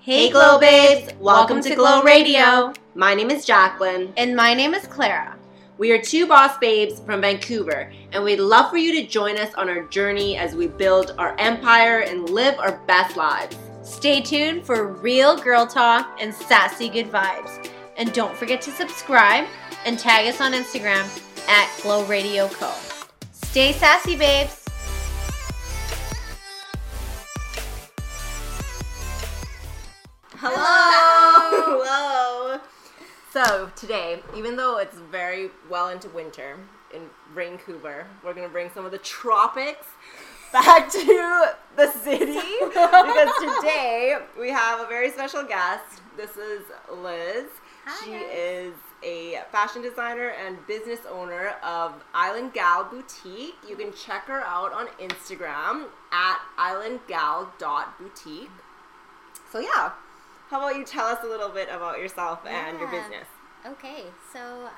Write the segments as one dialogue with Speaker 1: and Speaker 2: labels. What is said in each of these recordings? Speaker 1: Hey, Glow Babes! Welcome to Glow Radio.
Speaker 2: My name is Jacqueline.
Speaker 1: And my name is Clara.
Speaker 2: We are two boss babes from Vancouver, and we'd love for you to join us on our journey as we build our empire and live our best lives.
Speaker 1: Stay tuned for real girl talk and sassy good vibes. And don't forget to subscribe and tag us on Instagram at Glow Radio Co. Stay sassy, babes.
Speaker 2: Hello! Hello! So, today, even though it's very well into winter in Vancouver, we're going to bring some of the tropics back to the city because today we have a very special guest. This is Liz.
Speaker 1: Hi,
Speaker 2: she
Speaker 1: guys.
Speaker 2: is a fashion designer and business owner of Island Gal Boutique. You can check her out on Instagram at islandgal.boutique. So, yeah, how about you tell us a little bit about yourself and your
Speaker 3: Yeah.
Speaker 2: business?
Speaker 3: Okay, so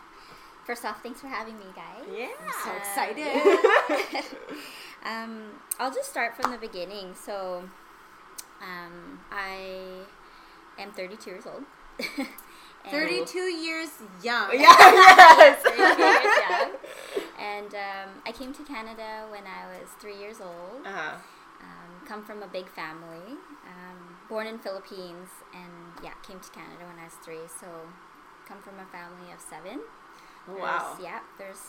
Speaker 3: first off, thanks for having me, guys.
Speaker 2: Yeah.
Speaker 3: Uh, yeah. um, I'll just start from the beginning. So, um, I am 32 years old. And-
Speaker 1: 32 years young.
Speaker 2: yeah, yes.
Speaker 3: 32 years young. And um, I came to Canada when I was three years old.
Speaker 2: Uh-huh.
Speaker 3: Um, come from a big family. Um, born in Philippines, and yeah, came to Canada when I was three. So, come from a family of seven.
Speaker 2: Wow.
Speaker 3: There's, yeah, there's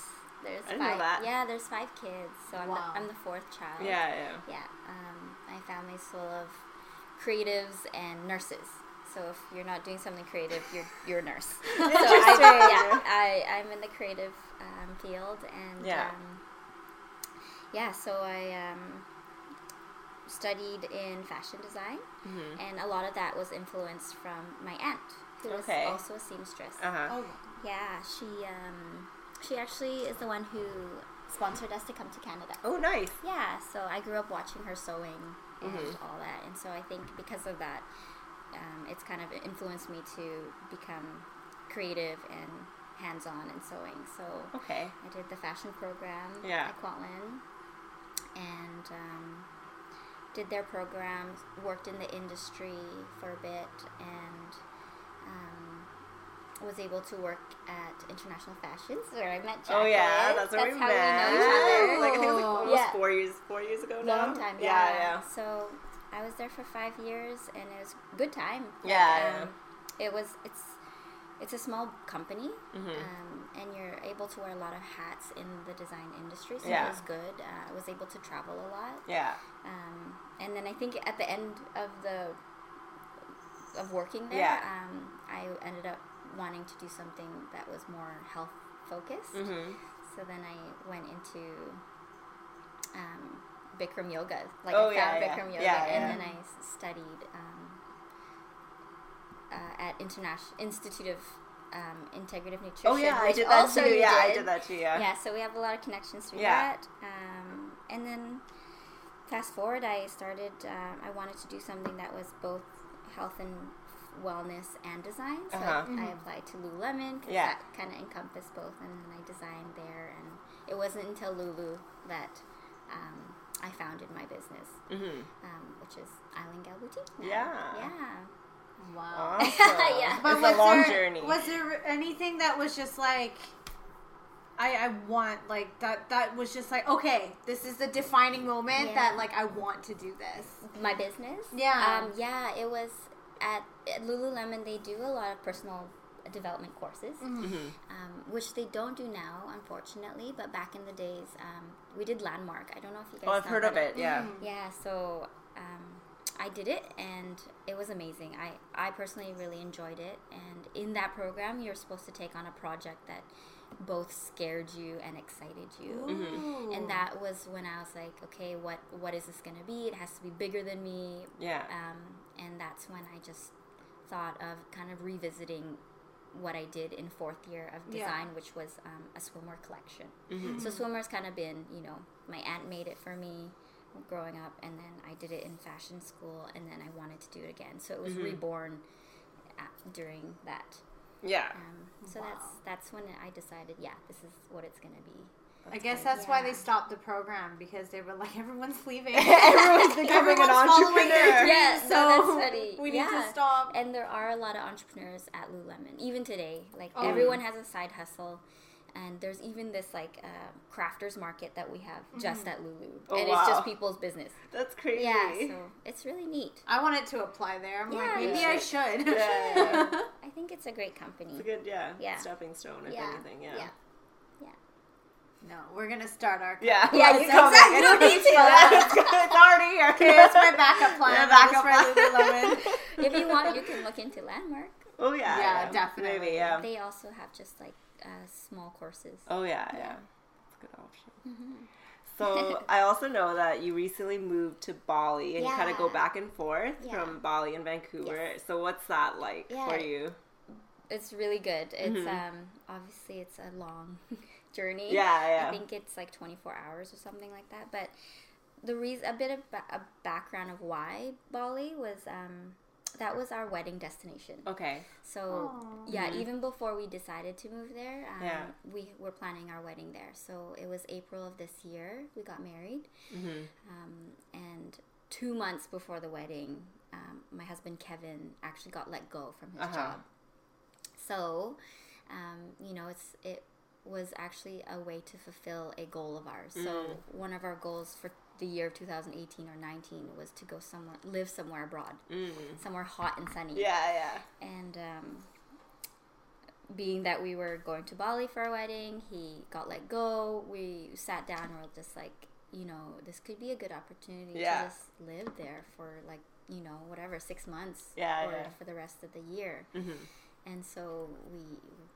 Speaker 3: there's
Speaker 2: I didn't know
Speaker 3: five.
Speaker 2: that.
Speaker 3: Yeah, there's five kids. So I'm
Speaker 1: Wow.
Speaker 3: the, I'm the fourth child.
Speaker 2: Yeah, yeah.
Speaker 3: Yeah. Um, my family's full of creatives and nurses. So if you're not doing something creative, you're you're a nurse. so I, yeah, I I'm in the creative um, field and
Speaker 2: Yeah.
Speaker 3: Um, yeah. So I um, studied in fashion design,
Speaker 2: Mhm.
Speaker 3: and a lot of that was influenced from my aunt, who was
Speaker 2: Okay.
Speaker 3: also a seamstress.
Speaker 2: Uh-huh.
Speaker 1: Oh,
Speaker 3: Yeah, she um, she actually is the one who sponsored us to come to Canada.
Speaker 2: Oh, nice.
Speaker 3: Yeah, so I grew up watching her sewing and
Speaker 2: Mhm.
Speaker 3: all that, and so I think because of that, um, it's kind of influenced me to become creative and hands-on in sewing. So
Speaker 2: Okay.
Speaker 3: I did the fashion program
Speaker 2: Yeah.
Speaker 3: at Kwantlen, and um, did their programs. Worked in the industry for a bit, and um, was able to work at International Fashions, where I met Jacqueline.
Speaker 2: Oh yeah, that's where we
Speaker 3: how
Speaker 2: met.
Speaker 3: we know each other.
Speaker 2: Like I think it was like almost
Speaker 3: Yeah.
Speaker 2: four years, four years ago now.
Speaker 3: Long time,
Speaker 2: Yeah,
Speaker 3: yeah.
Speaker 2: yeah.
Speaker 3: So I was there for five years, and it was good time. Like,
Speaker 2: Yeah,
Speaker 3: um, it was. It's it's a small company,
Speaker 2: Hmm. Mm-hmm.
Speaker 3: um, and you're able to wear a lot of hats in the design industry. So
Speaker 2: Yeah.
Speaker 3: it was good. Uh, I was able to travel a lot,
Speaker 2: Yeah.
Speaker 3: um, and then I think at the end of the of working there,
Speaker 2: Yeah.
Speaker 3: um, I ended up wanting to do something that was more health focused.
Speaker 2: Mm-hmm.
Speaker 3: So then I went into um, Bikram yoga. Like
Speaker 2: Oh,
Speaker 3: I found
Speaker 2: yeah, yeah.
Speaker 3: Bikram yoga,
Speaker 2: Yeah,
Speaker 3: and
Speaker 2: yeah.
Speaker 3: then I s- studied um, uh, at International Institute of um, Integrative Nutrition.
Speaker 2: Oh yeah, I
Speaker 3: which
Speaker 2: did that
Speaker 3: also
Speaker 2: too.
Speaker 3: you
Speaker 2: Yeah, I
Speaker 3: did.
Speaker 2: did that too. Yeah.
Speaker 3: Yeah, so we have a lot of connections through
Speaker 2: Yeah.
Speaker 3: that. Um, and then fast forward, I started, um, I wanted to do something that was both health and wellness and design. So
Speaker 2: Uh-huh.
Speaker 3: I applied to Lululemon because
Speaker 2: Yeah.
Speaker 3: that kind of encompassed both. And then I designed there. And it wasn't until Lulu that um, I founded my business,
Speaker 2: Mm-hmm.
Speaker 3: um, which is Island Gal Boutique. now.
Speaker 2: Yeah.
Speaker 3: Yeah.
Speaker 1: wow.
Speaker 2: Awesome.
Speaker 3: Yeah.
Speaker 1: But
Speaker 2: It's
Speaker 1: was
Speaker 2: a long
Speaker 1: there,
Speaker 2: journey.
Speaker 1: Was there anything that was just like, I, I want like that? That was just like, okay, this is the defining moment
Speaker 3: Yeah.
Speaker 1: that like I want to do this.
Speaker 3: my business.
Speaker 1: Yeah.
Speaker 3: Um, yeah, it was at, at Lululemon. They do a lot of personal development courses,
Speaker 2: Mm-hmm.
Speaker 3: um, which they don't do now, unfortunately. But back in the days, um, we did Landmark. I don't know if you guys.
Speaker 2: Oh, I've
Speaker 3: know
Speaker 2: heard
Speaker 3: about
Speaker 2: of it. Yeah.
Speaker 3: Yeah, so um, I did it, and it was amazing. I I personally really enjoyed it, and in that program, you're supposed to take on a project that both scared you and excited you
Speaker 2: Mm-hmm.
Speaker 3: and that was when I was like, okay, what what is this gonna be? It has to be bigger than me,
Speaker 2: Yeah.
Speaker 3: um, and that's when I just thought of kind of revisiting what I did in fourth year of
Speaker 1: Yeah.
Speaker 3: design, which was um, a swimwear collection. So swimwear's kind of been, you know, my aunt made it for me growing up, and then I did it in fashion school, and then I wanted to do it again. So it was reborn at, during that.
Speaker 2: Yeah.
Speaker 3: Um, so that's that's when I decided, yeah, this is what it's gonna be.
Speaker 1: I guess
Speaker 2: good.
Speaker 1: that's
Speaker 3: good.
Speaker 1: why they
Speaker 3: Yeah.
Speaker 1: stopped the program because they were like, everyone's leaving.
Speaker 2: Everyone's becoming an
Speaker 1: Everyone's following their
Speaker 2: entrepreneur.
Speaker 1: dreams,
Speaker 3: Yeah, no,
Speaker 1: so
Speaker 3: that's funny.
Speaker 1: we need to
Speaker 3: Yeah.
Speaker 1: stop.
Speaker 3: And there are a lot of entrepreneurs at Lululemon, even today. Like
Speaker 1: Oh,
Speaker 3: everyone has a side hustle, and there's even this like uh, crafters market that we have just at Lulu,
Speaker 2: Mm-hmm. Oh,
Speaker 3: and it's
Speaker 2: wow.
Speaker 3: just people's business.
Speaker 2: That's crazy.
Speaker 3: Yeah, so it's really neat.
Speaker 1: I wanted to apply there. I'm like,
Speaker 3: Yeah,
Speaker 1: maybe
Speaker 2: you
Speaker 1: I should.
Speaker 2: Yeah.
Speaker 3: I think it's a great company.
Speaker 2: It's a good, yeah,
Speaker 3: Yeah.
Speaker 2: stepping stone, if anything. Yeah.
Speaker 3: yeah.
Speaker 1: no, we're gonna start our.
Speaker 2: Yeah,
Speaker 3: Yeah,
Speaker 2: it's
Speaker 3: you-
Speaker 2: coming.
Speaker 3: exactly, you don't
Speaker 2: It's-
Speaker 3: need to.
Speaker 2: yeah, it's, it's already here.
Speaker 1: Here's my backup plan.
Speaker 2: Yeah,
Speaker 1: That was for
Speaker 2: backup plan.
Speaker 1: Lululemon.
Speaker 3: If you want, you can look into Landmark.
Speaker 2: Oh yeah.
Speaker 1: Yeah, definitely.
Speaker 2: Maybe, yeah.
Speaker 3: They also have just like uh, small courses.
Speaker 2: Oh yeah, yeah. It's a good option.
Speaker 3: Mm-hmm.
Speaker 2: So I also know that you recently moved to Bali and you kind of go
Speaker 3: Yeah.
Speaker 2: back and forth
Speaker 3: Yeah.
Speaker 2: from Bali and Vancouver. So what's that like
Speaker 3: Yeah.
Speaker 2: for you?
Speaker 3: It's really good. It's um obviously it's a long journey.
Speaker 2: Mm-hmm. Yeah, yeah.
Speaker 3: I think it's like 24 hours or something like that. But the reason, a bit of ba- a background of why Bali was um that was our wedding destination.
Speaker 2: Okay.
Speaker 3: So
Speaker 1: Aw.
Speaker 3: yeah, even before we decided to move there, um,
Speaker 2: Mm-hmm. Yeah.
Speaker 3: we were planning our wedding there. So it was April of this year we got married,
Speaker 2: Mm-hmm.
Speaker 3: um, and two months before the wedding, um, my husband Kevin actually got let go from his
Speaker 2: Uh-huh.
Speaker 3: job. So, um, you know, it's it was actually a way to fulfill a goal of ours. So
Speaker 2: Mm-hmm.
Speaker 3: one of our goals for the year of 2018 or 19 was to go somewhere, live somewhere abroad, somewhere hot and sunny
Speaker 2: Mm-hmm. Mm. Yeah, yeah.
Speaker 3: and um, being that we were going to Bali for our wedding, he got let go. We sat down and we're just like, you know, this could be a good opportunity
Speaker 2: Yeah.
Speaker 3: to just live there for like, you know, whatever, six months
Speaker 2: Yeah,
Speaker 3: or
Speaker 2: yeah.
Speaker 3: for the rest of the year.
Speaker 2: Mm-hmm.
Speaker 3: And so we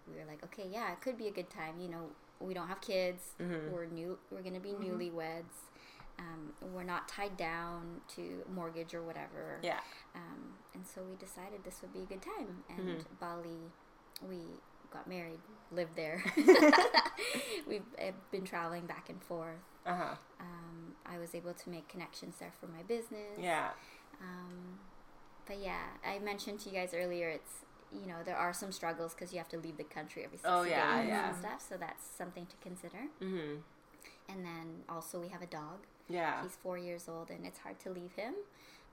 Speaker 3: we were like, okay, yeah, it could be a good time. You know, we don't have kids.
Speaker 2: Mm-hmm.
Speaker 3: We're new. We're gonna be newlyweds. Um, we're not tied down to mortgage or whatever.
Speaker 2: Yeah.
Speaker 3: Um, and so we decided this would be a good time. And
Speaker 2: Mm-hmm.
Speaker 3: Bali, we got married, lived there. We've uh, been traveling back and forth.
Speaker 2: Uh-huh.
Speaker 3: Um, I was able to make connections there for my business.
Speaker 2: Yeah.
Speaker 3: Um, but yeah, I mentioned to you guys earlier, it's, you know, there are some struggles because you have to leave the country every 60
Speaker 2: Oh, yeah,
Speaker 3: days
Speaker 2: yeah.
Speaker 3: and stuff. So that's something to consider.
Speaker 2: Mm-hmm.
Speaker 3: And then also we have a dog.
Speaker 2: Yeah.
Speaker 3: He's four years old, and it's hard to leave him.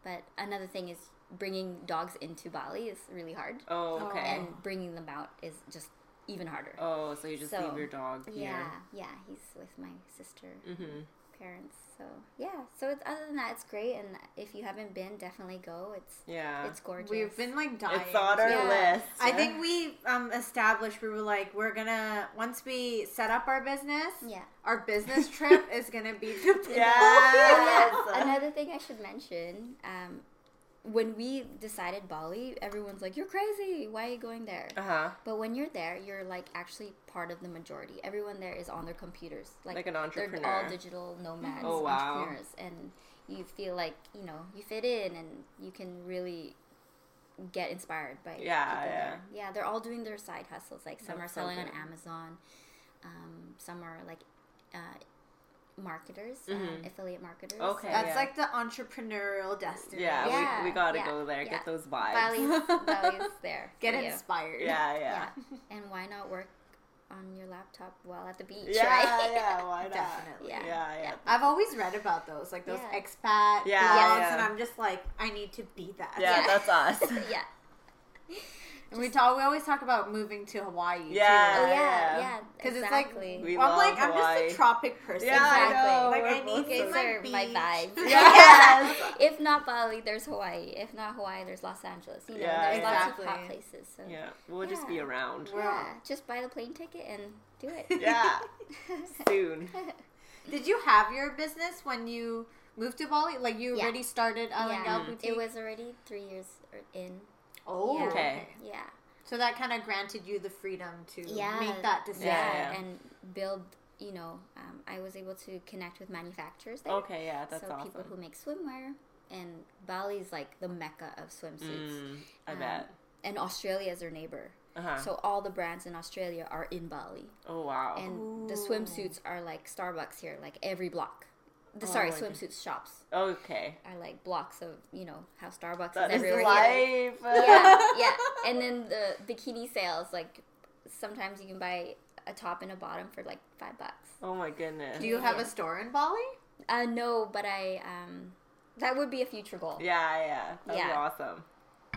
Speaker 3: But another thing is bringing dogs into Bali is really hard,
Speaker 2: Oh,
Speaker 1: Oh.
Speaker 2: okay.
Speaker 3: and bringing them out is just even harder.
Speaker 2: Oh, so you just
Speaker 3: So,
Speaker 2: leave your dog here.
Speaker 3: yeah, yeah, he's with my sister,
Speaker 2: Mm-hmm.
Speaker 3: parents. So yeah, so it's other than that, it's great. And if you haven't been, definitely go. It's
Speaker 2: Yeah.
Speaker 3: it's gorgeous.
Speaker 1: We've been like dying.
Speaker 2: It's on our
Speaker 1: to-
Speaker 3: Yeah.
Speaker 2: list.
Speaker 1: I think we um, established we were like we're gonna once we set up our business,
Speaker 3: yeah.
Speaker 1: our business trip is gonna be to
Speaker 2: Yes.
Speaker 3: Oh, yeah. Another thing I should mention um, when we decided Bali, everyone's like, You're crazy. Why are you going there?
Speaker 2: Uh-huh.
Speaker 3: But when you're there, you're like actually part of the majority. Everyone there is on their computers,
Speaker 2: Like an
Speaker 3: They're all
Speaker 2: entrepreneur.
Speaker 3: digital nomads,
Speaker 2: Oh, wow.
Speaker 3: entrepreneurs, and you feel like you know you fit in, and you can really get inspired
Speaker 2: Yeah,
Speaker 3: by people
Speaker 2: yeah.
Speaker 3: there. yeah. They're all doing their side hustles. Like some
Speaker 2: That's
Speaker 3: are
Speaker 2: so
Speaker 3: selling on
Speaker 2: good.
Speaker 3: Amazon, um, some are like uh, marketers, um, affiliate marketers.
Speaker 2: Mm-hmm. Okay.
Speaker 1: That's
Speaker 2: Yeah.
Speaker 1: like the entrepreneurial destiny.
Speaker 2: Yeah,
Speaker 3: Yeah,
Speaker 2: we, we gotta
Speaker 3: yeah,
Speaker 2: go there.
Speaker 3: yeah.
Speaker 2: Get those vibes.
Speaker 3: Bali's, Bali's there.
Speaker 1: Get
Speaker 3: for you.
Speaker 1: inspired.
Speaker 2: Yeah, yeah.
Speaker 3: Yeah. And why not work on your laptop while at the beach,
Speaker 2: Yeah,
Speaker 3: right?
Speaker 2: yeah, why not?
Speaker 1: Definitely.
Speaker 3: Yeah.
Speaker 2: Yeah, yeah.
Speaker 1: I've always read about those, like those
Speaker 3: Yeah.
Speaker 1: expat blogs,
Speaker 2: Yeah, yeah.
Speaker 1: and I'm just like, I need to be that.
Speaker 2: Yeah,
Speaker 3: Yeah.
Speaker 2: that's us.
Speaker 3: yeah.
Speaker 1: And we talk. We always talk about moving to Hawaii.
Speaker 2: Yeah.
Speaker 1: too.
Speaker 3: Oh yeah,
Speaker 2: yeah.
Speaker 3: yeah.
Speaker 1: 'Cause it's like-
Speaker 3: exactly.
Speaker 2: We
Speaker 1: I'm
Speaker 2: love
Speaker 1: like, I'm
Speaker 2: Hawaii.
Speaker 1: just a tropic person.
Speaker 2: Yeah, I know.
Speaker 1: Like I
Speaker 2: We're
Speaker 1: need
Speaker 2: both
Speaker 1: to
Speaker 3: These
Speaker 1: like
Speaker 3: are my
Speaker 1: beach.
Speaker 3: vibes.
Speaker 2: Yes.
Speaker 3: if not Bali, there's Hawaii. If not Hawaii, there's Los Angeles. You know,
Speaker 2: Yeah,
Speaker 3: there's
Speaker 1: exactly.
Speaker 3: lots of hot places. So
Speaker 2: Yeah, we'll just be
Speaker 3: Yeah.
Speaker 2: around.
Speaker 1: We're-
Speaker 3: Yeah, just buy the plane ticket and do it.
Speaker 2: Yeah, soon.
Speaker 1: Did you have your business when you moved to Bali? Like you
Speaker 3: Yeah.
Speaker 1: already started Island
Speaker 3: Yeah.
Speaker 1: Gal Boutique?
Speaker 3: It was already three years er- in.
Speaker 1: Oh,
Speaker 3: yeah.
Speaker 2: Okay.
Speaker 3: Yeah.
Speaker 1: So that kind of granted you the freedom to
Speaker 3: Yeah.
Speaker 1: make that decision.
Speaker 2: Yeah.
Speaker 3: and build. You know, um, I was able to connect with manufacturers there.
Speaker 2: Okay, yeah, that's
Speaker 3: so
Speaker 2: awesome.
Speaker 3: people who make swimwear and Bali's like the mecca of swimsuits.
Speaker 2: Mm, I
Speaker 3: Um,
Speaker 2: bet.
Speaker 3: And Australia is their neighbor.
Speaker 2: Uh-huh.
Speaker 3: So all the brands in Australia are in Bali.
Speaker 2: oh wow.
Speaker 3: And the
Speaker 1: Ooh.
Speaker 3: swimsuits are like Starbucks here, like every block. The sorry,
Speaker 4: Oh,
Speaker 2: my God.
Speaker 3: swimsuit shops
Speaker 2: okay,
Speaker 3: are like blocks of, you know, how Starbucks
Speaker 2: that
Speaker 3: is
Speaker 2: is
Speaker 3: everywhere here.
Speaker 2: life.
Speaker 3: Yeah, yeah. And then the bikini sales, like sometimes you can buy a top and a bottom for like five bucks.
Speaker 2: Oh my goodness.
Speaker 4: Do you have a store in Bali?
Speaker 3: Uh, no, but I um, that would be a future goal.
Speaker 2: yeah, yeah. That's
Speaker 3: Yeah.
Speaker 2: awesome.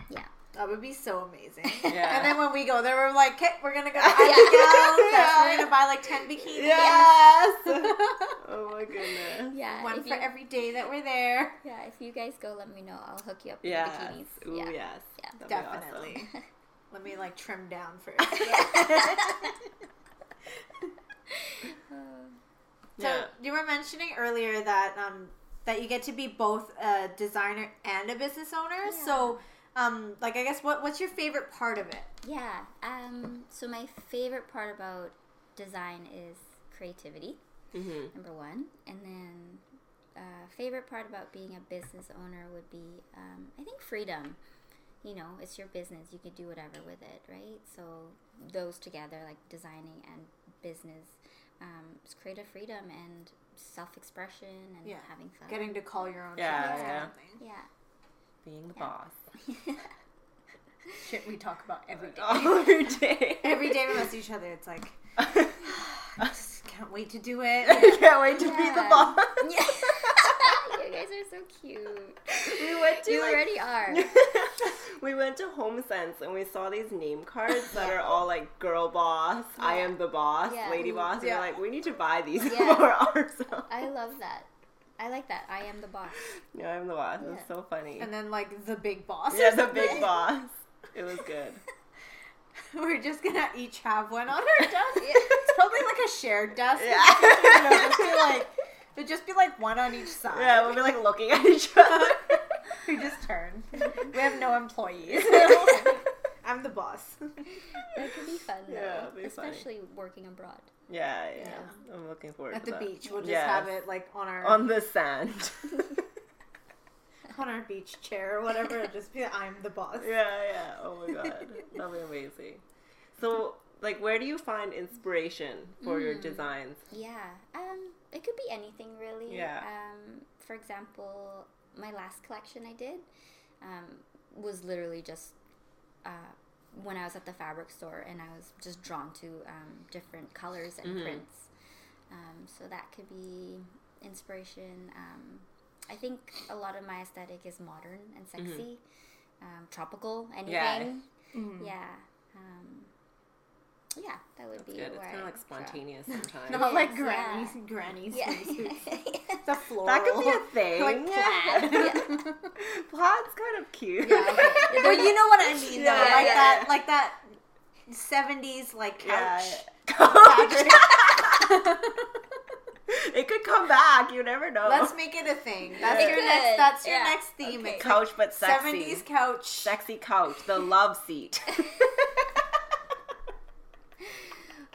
Speaker 3: Yeah.
Speaker 4: That would be so amazing.
Speaker 2: Yeah.
Speaker 4: And then when we go there, we're like, okay, we're gonna go to Abigail's. That's- We're gonna buy like ten bikinis.
Speaker 2: Yes. oh my goodness.
Speaker 3: Yeah,
Speaker 4: One
Speaker 3: if
Speaker 4: for
Speaker 3: you-
Speaker 4: every day that we're there.
Speaker 3: Yeah, if you guys go, let me know. I'll hook you up with
Speaker 2: Yes.
Speaker 3: bikinis.
Speaker 2: Ooh,
Speaker 3: yeah.
Speaker 2: yes.
Speaker 3: Yeah.
Speaker 2: That'd be awesome.
Speaker 4: Definitely. Let me like trim down first.
Speaker 3: Oh.
Speaker 4: So
Speaker 2: Yeah.
Speaker 4: you were mentioning earlier that um that you get to be both a designer and a business owner.
Speaker 3: Yeah.
Speaker 4: So um like I guess what what's your favorite part of it?
Speaker 3: Yeah. Um, so my favorite part about design is creativity,
Speaker 2: Mhm.
Speaker 3: number one, and then uh, favorite part about being a business owner would be, um, I think, freedom. You know, it's your business. You could do whatever with it, right? So those together, like designing and business, um, it's creative freedom and self-expression and
Speaker 4: Yeah.
Speaker 3: having fun.
Speaker 4: Getting to call your own
Speaker 2: Yeah,
Speaker 4: shots kind
Speaker 2: yeah.
Speaker 4: of thing.
Speaker 3: yeah.
Speaker 2: Being the boss.
Speaker 4: Shit we talk about every day.
Speaker 2: Every day.
Speaker 4: every day we mess each other, it's like
Speaker 2: I
Speaker 4: just can't wait to do it.
Speaker 2: can't wait to be the
Speaker 3: Yeah.
Speaker 2: boss.
Speaker 3: Yeah. you guys are so cute.
Speaker 2: we went to
Speaker 3: You
Speaker 2: like,
Speaker 3: already are.
Speaker 2: we went to HomeSense and we saw these name cards that are all like girl boss, I am the boss,
Speaker 3: Yeah.
Speaker 2: lady boss. And
Speaker 4: Yeah.
Speaker 2: we're like, we need to buy these
Speaker 3: Yeah.
Speaker 2: for ourselves.
Speaker 3: I love that. I like that. I am the boss.
Speaker 2: No, I'm the boss. It's
Speaker 3: Yeah.
Speaker 2: so funny.
Speaker 4: And then like the big boss.
Speaker 2: Yeah, the big boss. It was good.
Speaker 4: We're just gonna each have one on our desk. It's probably like a shared desk.
Speaker 2: Yeah.
Speaker 4: You know, just be like, it'd just be like one on each side.
Speaker 2: Yeah, we'll be like looking at each other.
Speaker 4: We just turn. We have no employees. I'm the boss.
Speaker 3: That could be fun though.
Speaker 2: Yeah, it'd be funny.
Speaker 3: Especially working abroad.
Speaker 2: yeah, yeah,
Speaker 4: Yeah.
Speaker 2: I'm looking forward
Speaker 4: At
Speaker 2: to
Speaker 4: the
Speaker 2: that.
Speaker 4: beach, we'll just
Speaker 2: Yes.
Speaker 4: have it like on our on,
Speaker 2: on the sand.
Speaker 4: our beach chair or whatever. It'd just be I'm the boss.
Speaker 2: yeah, yeah. Oh my god, that'll be amazing. So, like, where do you find inspiration for your
Speaker 4: Hmm.
Speaker 2: designs?
Speaker 3: Yeah. Um it could be anything really.
Speaker 2: Yeah.
Speaker 3: Um for example, my last collection I did um was literally just uh when I was at the fabric store and I was just drawn to um, different colors and
Speaker 2: Mm-hmm.
Speaker 3: prints. Um, so that could be inspiration. Um, I think a lot of my aesthetic is modern and sexy, um, tropical, anything.
Speaker 2: Mm-hmm. Yeah. Mm.
Speaker 4: Mm-hmm.
Speaker 3: Yeah. Um, yeah, that would be
Speaker 2: Good. It's
Speaker 3: where
Speaker 2: kind
Speaker 3: I
Speaker 2: of like
Speaker 3: draw.
Speaker 2: spontaneous sometimes.
Speaker 4: Not like
Speaker 3: Yes,
Speaker 4: grannies,
Speaker 3: yeah.
Speaker 4: grannies.
Speaker 3: Yeah.
Speaker 4: The floral.
Speaker 2: That could be a thing.
Speaker 4: Like plaid.
Speaker 2: Plaid's kind of cute.
Speaker 4: Yeah, okay. well, you know what I mean, though.
Speaker 2: Yeah,
Speaker 4: like
Speaker 2: yeah,
Speaker 4: that,
Speaker 2: yeah.
Speaker 4: like that '70s like
Speaker 2: Yeah,
Speaker 4: couch.
Speaker 2: yeah. it could come back. You never know.
Speaker 4: Let's make it a thing. That's
Speaker 2: It
Speaker 4: your
Speaker 3: could,
Speaker 4: next. That's your
Speaker 3: yeah.
Speaker 4: next theme.
Speaker 3: Okay.
Speaker 4: It's like
Speaker 2: couch, but sexy.
Speaker 4: '70s couch.
Speaker 2: Sexy couch. The love seat.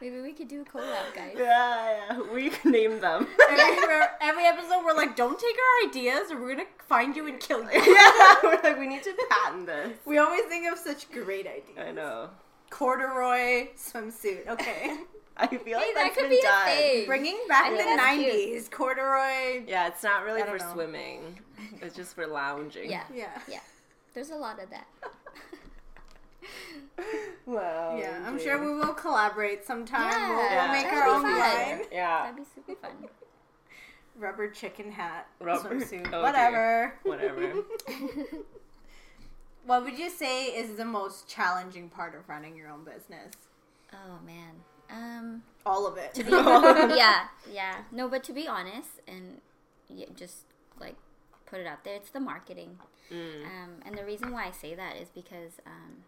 Speaker 3: Maybe we could do a collab, guys.
Speaker 2: yeah, yeah. We can name them.
Speaker 4: Every, we're- every episode, we're like, "Don't take our ideas, or we're gonna find you and kill you."
Speaker 2: yeah, we're like, we need to patent this.
Speaker 4: We always think of such great ideas.
Speaker 2: I know.
Speaker 4: Corduroy swimsuit. Okay,
Speaker 2: I feel
Speaker 3: Hey,
Speaker 2: like
Speaker 3: that
Speaker 2: that's
Speaker 3: could
Speaker 2: been
Speaker 3: be
Speaker 2: done.
Speaker 3: a thing.
Speaker 4: bringing back
Speaker 3: think
Speaker 4: the
Speaker 3: that's
Speaker 4: '90s
Speaker 3: cute.
Speaker 4: corduroy.
Speaker 2: Yeah, it's not really
Speaker 4: I don't
Speaker 2: for
Speaker 4: know.
Speaker 2: swimming. It's just for lounging.
Speaker 3: Yeah.
Speaker 4: Yeah.
Speaker 3: Yeah. There's a lot of that.
Speaker 2: Wow.
Speaker 4: Yeah, I'm
Speaker 2: Oh, dear.
Speaker 4: sure we will collaborate sometime.
Speaker 3: Yeah.
Speaker 4: We'll, we'll
Speaker 2: Yeah.
Speaker 4: make
Speaker 3: That'd
Speaker 4: our
Speaker 3: be
Speaker 4: own
Speaker 3: fun.
Speaker 4: line.
Speaker 2: Yeah.
Speaker 3: That'd be super fun.
Speaker 4: Rubber chicken hat,
Speaker 2: Rubber-
Speaker 4: swimsuit,
Speaker 2: oh,
Speaker 4: whatever.
Speaker 2: Whatever.
Speaker 4: What would you say is the most challenging part of running your own business?
Speaker 3: Oh man. Um.
Speaker 4: All of it.
Speaker 3: yeah. Yeah. No, but to be honest, and yeah, just like put it out there, it's the marketing.
Speaker 2: Mm.
Speaker 3: Um, and the reason why I say that is because, um,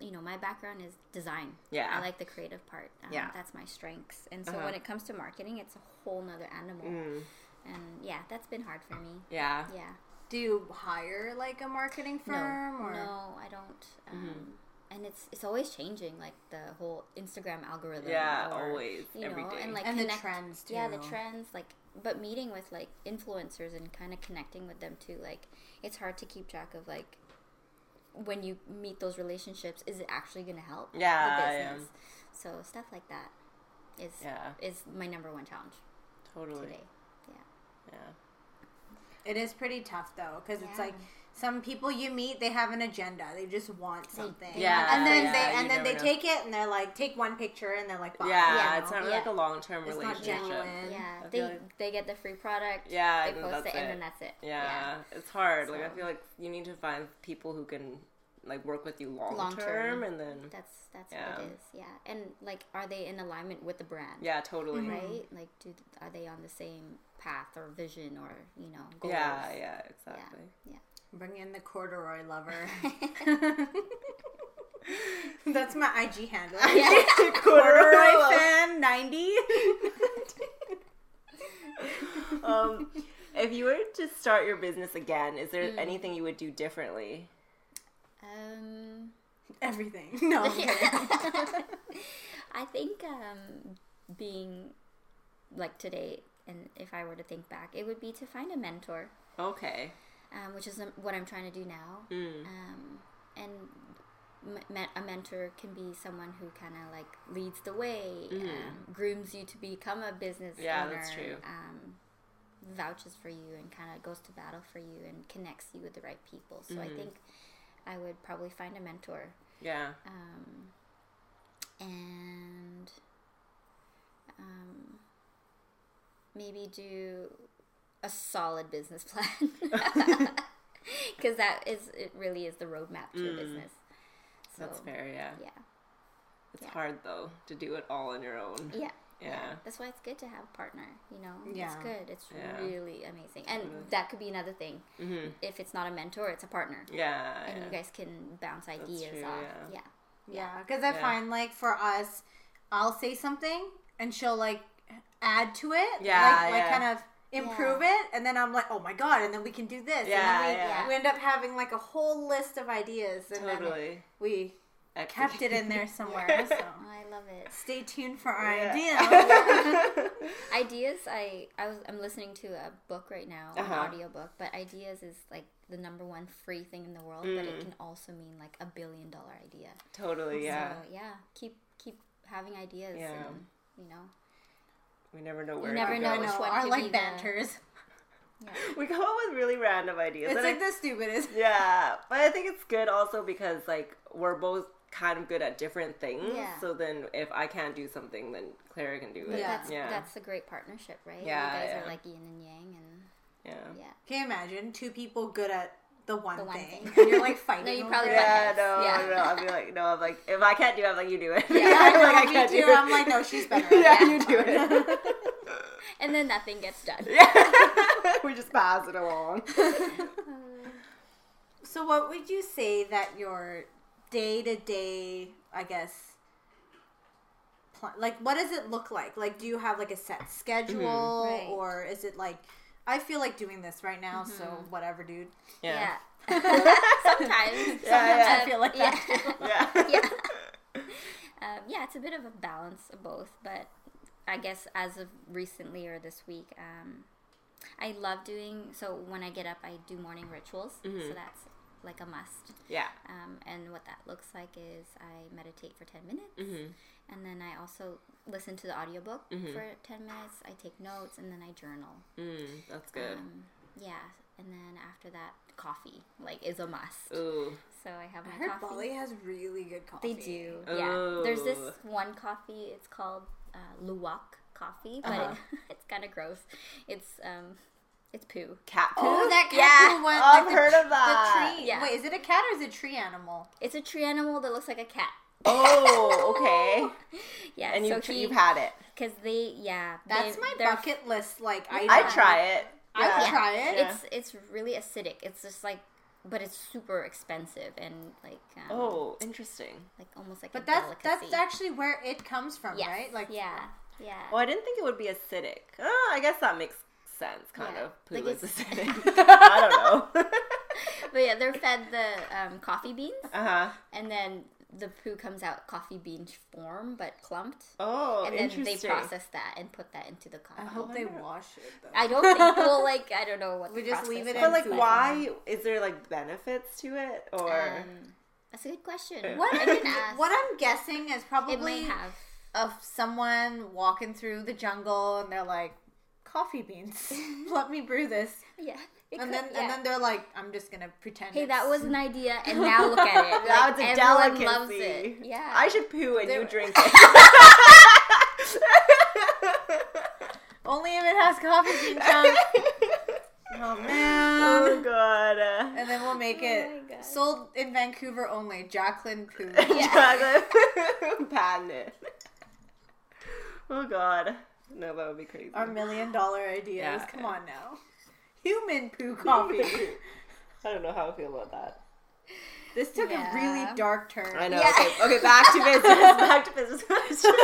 Speaker 3: you know, my background is design.
Speaker 2: Yeah.
Speaker 3: I like the creative part. Um,
Speaker 2: Yeah.
Speaker 3: That's my strengths. And so
Speaker 2: Uh-huh.
Speaker 3: when it comes to marketing, it's a whole nother animal.
Speaker 2: Mm.
Speaker 3: And yeah, that's been hard for me.
Speaker 2: Yeah.
Speaker 3: Yeah.
Speaker 4: Do you hire like a marketing
Speaker 2: Um,
Speaker 4: firm
Speaker 3: no,
Speaker 4: or
Speaker 3: no, I don't. Um,
Speaker 2: Mm-hmm.
Speaker 3: And it's it's always changing, like the whole Instagram algorithm.
Speaker 2: Yeah,
Speaker 3: or,
Speaker 2: always,
Speaker 3: You know,
Speaker 2: every day.
Speaker 3: and like
Speaker 4: And the
Speaker 3: connect-
Speaker 4: trends,
Speaker 3: Yeah, the
Speaker 4: too.
Speaker 3: trends. Like, but meeting with like influencers and kind of connecting with them too. Like, it's hard to keep track of like when you meet those relationships. Is it actually going to help?
Speaker 2: Yeah,
Speaker 3: the
Speaker 2: yeah.
Speaker 3: business. So stuff like that is
Speaker 2: Yeah.
Speaker 3: is my number one challenge
Speaker 2: Totally.
Speaker 3: today. Yeah.
Speaker 2: Yeah.
Speaker 4: It is pretty tough though because it's
Speaker 3: Yeah.
Speaker 4: like Some people you meet, they have an agenda. They just want something.
Speaker 2: Yeah,
Speaker 4: And then
Speaker 2: yeah,
Speaker 4: they
Speaker 2: you
Speaker 4: and then
Speaker 2: never
Speaker 4: they
Speaker 2: know.
Speaker 4: take it and they're like, take one picture and they're like, bye.
Speaker 2: Yeah,
Speaker 3: Yeah.
Speaker 2: it's not really
Speaker 3: Yeah.
Speaker 2: like a long term
Speaker 4: It's not
Speaker 2: relationship.
Speaker 4: genuine.
Speaker 3: Yeah,
Speaker 2: I feel
Speaker 3: they
Speaker 2: like-
Speaker 3: they get the free product.
Speaker 2: Yeah,
Speaker 3: they
Speaker 2: and
Speaker 3: post
Speaker 2: that's
Speaker 3: it, and
Speaker 2: it.
Speaker 3: then that's it.
Speaker 2: Yeah, it's hard. Like I
Speaker 3: So-
Speaker 2: feel like you need to find people who can like work with you long,
Speaker 3: Long
Speaker 2: term,
Speaker 3: term.
Speaker 2: and then
Speaker 3: that's that's
Speaker 2: Yeah.
Speaker 3: what it is. Yeah, and like, are they in alignment with the brand?
Speaker 2: yeah, totally.
Speaker 3: right? Like, do are they on the same path or vision or you know goals?
Speaker 2: Yeah, yeah, exactly.
Speaker 3: yeah.
Speaker 4: Bring in the corduroy lover. That's my IG handle. corduroy fan ninety.
Speaker 2: um, if you were to start your business again, is
Speaker 3: Mm-hmm.
Speaker 2: there anything you would do differently?
Speaker 3: Um,
Speaker 4: Everything. No. I'm kidding.
Speaker 3: I think um, being like today, and if I were to think back, it would be to find a mentor,
Speaker 2: Okay.
Speaker 3: um, which is um, what I'm trying to do now.
Speaker 2: Mm.
Speaker 3: Um, and me- me- a mentor can be someone who kind of like leads the way, um, grooms you to become a business
Speaker 2: Mm. Yeah,
Speaker 3: owner.
Speaker 2: that's true.
Speaker 3: Um, vouches for you and kind of goes to battle for you and connects you with the right people. So I
Speaker 2: Mm.
Speaker 3: think I would probably find a mentor.
Speaker 2: Yeah.
Speaker 3: um, and um, maybe do a solid business plan because that is it really is the roadmap to your business so
Speaker 2: Mm. That's fair, yeah.
Speaker 3: Um, yeah
Speaker 2: It's
Speaker 3: yeah.
Speaker 2: hard though to do it all on your own.
Speaker 3: yeah
Speaker 2: Yeah.
Speaker 3: that's why it's good to have a partner you know it's
Speaker 4: Yeah.
Speaker 3: good it's
Speaker 2: Yeah.
Speaker 3: really amazing and that could be another thing if it's not a mentor it's a partner
Speaker 2: Yeah.
Speaker 3: and
Speaker 2: Oh, yeah.
Speaker 3: you guys can bounce ideas
Speaker 2: true,
Speaker 3: off
Speaker 2: yeah.
Speaker 3: yeah
Speaker 4: Yeah, because I find like for us, I'll say something and she'll like add to it.
Speaker 2: Yeah,
Speaker 4: like, like
Speaker 2: yeah.
Speaker 4: kind of improve it, and then I'm like, oh my god, and then we can do this.
Speaker 2: Yeah,
Speaker 4: and then we,
Speaker 2: yeah.
Speaker 4: we end up having like a whole list of ideas, and then
Speaker 2: Totally.
Speaker 4: we
Speaker 2: Excellent.
Speaker 4: kept it in there somewhere. So
Speaker 3: Oh, i love it
Speaker 4: stay tuned for our
Speaker 2: Yeah.
Speaker 4: idea.
Speaker 3: ideas i i was i'm listening to a book right now an
Speaker 2: Uh-huh.
Speaker 3: audiobook but ideas is like the number one free thing in the world but
Speaker 2: Mm.
Speaker 3: it can also mean like a billion dollar idea
Speaker 2: Totally, yeah.
Speaker 4: uh,
Speaker 3: so yeah keep keep having ideas
Speaker 2: Yeah.
Speaker 3: and you know
Speaker 2: We never know where it
Speaker 3: never
Speaker 2: could
Speaker 3: know
Speaker 4: I
Speaker 2: go.
Speaker 4: know
Speaker 3: Which one
Speaker 4: our
Speaker 3: could be
Speaker 4: like
Speaker 3: the-
Speaker 4: banters.
Speaker 2: We come up with really random ideas.
Speaker 4: It's
Speaker 2: and I-
Speaker 4: like the stupidest.
Speaker 2: Yeah, but I think it's good also because like we're both kind of good at different things.
Speaker 3: Yeah.
Speaker 2: So then if I can't do something, then Clara can do it.
Speaker 3: but
Speaker 4: Yeah.
Speaker 3: that's
Speaker 2: yeah.
Speaker 3: that's a great partnership right
Speaker 2: Yeah,
Speaker 3: you guys
Speaker 2: yeah.
Speaker 3: are like yin and yang and
Speaker 2: yeah.
Speaker 3: yeah
Speaker 4: Can you imagine two people good at the one,
Speaker 3: The one
Speaker 4: thing?
Speaker 3: thing.
Speaker 4: And you're like fighting.
Speaker 3: you
Speaker 4: over
Speaker 3: probably
Speaker 4: it.
Speaker 3: fight
Speaker 2: Yeah,
Speaker 3: heads.
Speaker 2: no,
Speaker 3: Yeah.
Speaker 2: no. I'd be like, no, I'm like, if I can't do it, I'm like, you do it.
Speaker 4: Yeah, I
Speaker 2: I'm
Speaker 4: know,
Speaker 2: like, I
Speaker 4: me
Speaker 2: can't
Speaker 4: too.
Speaker 2: do it.
Speaker 4: I'm like, no, she's better. at it.
Speaker 2: yeah, you do it.
Speaker 3: and then nothing gets done
Speaker 2: we just pass it along.
Speaker 4: So, what would you say that your day to day, I guess, pl- like, what does it look like? Like, do you have like a set schedule,
Speaker 3: Right.
Speaker 4: or is it like, I feel like doing this right now, so
Speaker 3: Mm-hmm.
Speaker 4: whatever, dude.
Speaker 3: yeah,
Speaker 2: Yeah.
Speaker 3: sometimes
Speaker 2: yeah.
Speaker 4: I feel like
Speaker 3: yeah.
Speaker 4: that.
Speaker 2: Yeah.
Speaker 3: yeah. um, yeah, it's a bit of a balance of both, but I guess as of recently or this week, um, I love doing so when I get up, I do morning rituals, so that's like a must.
Speaker 2: Yeah.
Speaker 3: Um, and what that looks like is I meditate for 10 minutes and then I also listen to the audiobook for 10 minutes. I take notes and then I journal.
Speaker 2: Mm, that's good.
Speaker 3: Um, yeah, and then after that, coffee like is a must.
Speaker 2: Ooh.
Speaker 3: So I have my
Speaker 4: I heard
Speaker 3: coffee.
Speaker 4: Bali has really good
Speaker 3: They
Speaker 4: coffee.
Speaker 3: do. Yeah. There's this one coffee. It's called uh, Luwak coffee, but
Speaker 2: Uh-huh.
Speaker 3: it, it's kind of gross. It's um, it's poo.
Speaker 2: Cat poo.
Speaker 4: Oh, that cat
Speaker 3: Yeah.
Speaker 4: who went,
Speaker 2: I've
Speaker 4: like, the-
Speaker 2: heard of
Speaker 4: the
Speaker 2: that.
Speaker 4: tree.
Speaker 3: Yeah.
Speaker 4: Wait, is it a cat or is it a tree animal?
Speaker 3: It's a tree animal that looks like a cat.
Speaker 2: Oh, okay.
Speaker 3: Yeah.
Speaker 2: And
Speaker 3: so
Speaker 2: you've,
Speaker 3: he,
Speaker 2: you've had it.
Speaker 3: because they yeah.
Speaker 4: That's
Speaker 3: they-
Speaker 4: my
Speaker 3: they're-
Speaker 4: bucket list. Like, I
Speaker 2: I'd try it.
Speaker 4: I would
Speaker 2: Yeah.
Speaker 4: try it.
Speaker 2: Yeah.
Speaker 3: It's it's really acidic. It's just like, but it's super expensive and like um,
Speaker 2: Oh, interesting.
Speaker 3: like almost like a
Speaker 4: But that's
Speaker 3: delicacy.
Speaker 4: that's actually where it comes from,
Speaker 3: Yes,
Speaker 4: right? Like,
Speaker 3: yeah yeah.
Speaker 2: Well, I didn't think it would be acidic. Oh, I guess that makes sense, kind
Speaker 3: Yeah.
Speaker 2: of. Poo
Speaker 3: Like
Speaker 2: is
Speaker 3: it's-
Speaker 2: acidic. I don't know.
Speaker 3: But yeah, they're fed the um, coffee beans,
Speaker 2: uh huh.
Speaker 3: and then the poo comes out coffee bean form, but clumped.
Speaker 2: Oh,
Speaker 3: and then
Speaker 2: interesting.
Speaker 3: they process that that and put that into the coffee.
Speaker 4: I hope they wash it. Though.
Speaker 3: I don't think we'll like. I don't know what
Speaker 4: We
Speaker 3: the
Speaker 4: just
Speaker 3: process
Speaker 4: leave it
Speaker 3: was,
Speaker 4: in
Speaker 2: But like,
Speaker 4: food.
Speaker 2: why is there like benefits to it, or
Speaker 3: Um, that's a good question.
Speaker 4: What
Speaker 3: I didn't ask.
Speaker 4: I'm, what I'm guessing is
Speaker 3: it may
Speaker 4: probably
Speaker 3: have.
Speaker 4: of someone walking through the jungle and they're like, coffee beans. Let me brew this.
Speaker 3: Yeah.
Speaker 4: and then
Speaker 3: yeah.
Speaker 4: and then they're like, I'm just gonna pretend.
Speaker 3: Hey,
Speaker 4: it's-
Speaker 3: that was an idea, and now look at it.
Speaker 2: Now
Speaker 3: Like,
Speaker 2: it's a
Speaker 3: everyone
Speaker 2: delicacy.
Speaker 3: loves it. Yeah.
Speaker 2: I should poo and you
Speaker 4: There-
Speaker 2: drink it.
Speaker 4: only if it has coffee bean
Speaker 3: Um,
Speaker 4: chunks. oh man.
Speaker 2: oh god.
Speaker 4: And then we'll make
Speaker 3: Oh my
Speaker 4: it
Speaker 3: God.
Speaker 4: sold in Vancouver only. Jacqueline Poo.
Speaker 2: Yeah. Patent it. Oh god. No, that would be crazy.
Speaker 4: Our million dollar ideas.
Speaker 2: Yeah.
Speaker 4: Come on now. Human poo coffee.
Speaker 2: I don't know how I feel about that.
Speaker 4: this took
Speaker 3: Yeah.
Speaker 4: a really dark turn.
Speaker 2: I know.
Speaker 3: Yeah.
Speaker 2: Okay, okay, back to business. Back to business.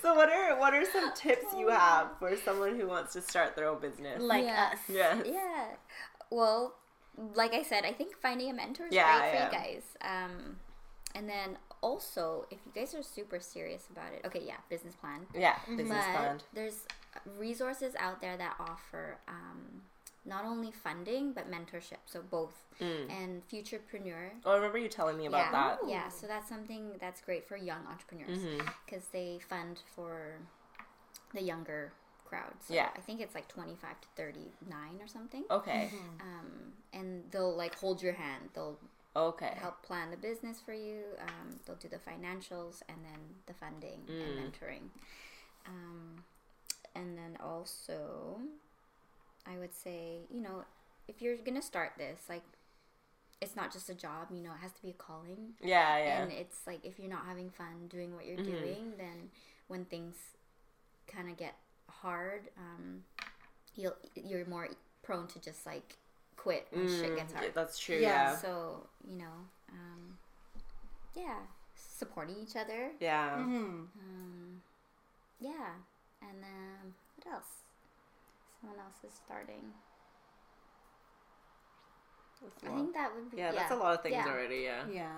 Speaker 2: so what are what are some tips you have for someone who wants to start their own business?
Speaker 4: Like
Speaker 3: Yeah.
Speaker 4: us.
Speaker 2: Yes.
Speaker 3: yeah. Well, like I said, I think finding a mentor is
Speaker 2: Yeah,
Speaker 3: great for
Speaker 2: yeah.
Speaker 3: you guys. Um, and then also, if you guys are super serious about it, okay, yeah, business plan.
Speaker 2: Yeah, business
Speaker 3: but
Speaker 2: plan.
Speaker 3: there's resources out there that offer um, not only funding but mentorship, so both. And Futurepreneur
Speaker 2: Oh, I remember you telling me Mm. about
Speaker 3: yeah.
Speaker 2: that. Mm-hmm.
Speaker 3: Yeah, so that's something that's great for young entrepreneurs because they fund for the younger crowd. So
Speaker 2: Yeah. Oh.
Speaker 3: I think it's like 25 to 39 or something.
Speaker 2: Okay.
Speaker 3: Um, and they'll like hold your hand. They'll
Speaker 2: Okay.
Speaker 3: help plan the business for you. Um, they'll do the financials and then the funding and mentoring. Um, and then also, I would say, you know, if you're going to start this, like, it's not just a job, you know, it has to be a calling
Speaker 2: Yeah, yeah.
Speaker 3: and it's like if you're not having fun doing what you're doing then when things kind of get hard um you'll you're more prone to just like quit when shit gets
Speaker 2: Mm, Yeah,
Speaker 3: hard
Speaker 2: That's true.
Speaker 4: Yeah,
Speaker 2: Yeah.
Speaker 3: so you know um yeah supporting each other
Speaker 2: Yeah.
Speaker 3: Mm,
Speaker 4: Mhm.
Speaker 3: um yeah and then what else someone else is starting
Speaker 2: That's a
Speaker 3: i
Speaker 2: lot.
Speaker 3: think that would be
Speaker 2: yeah, that's a lot of things already. Yeah.
Speaker 4: Yeah.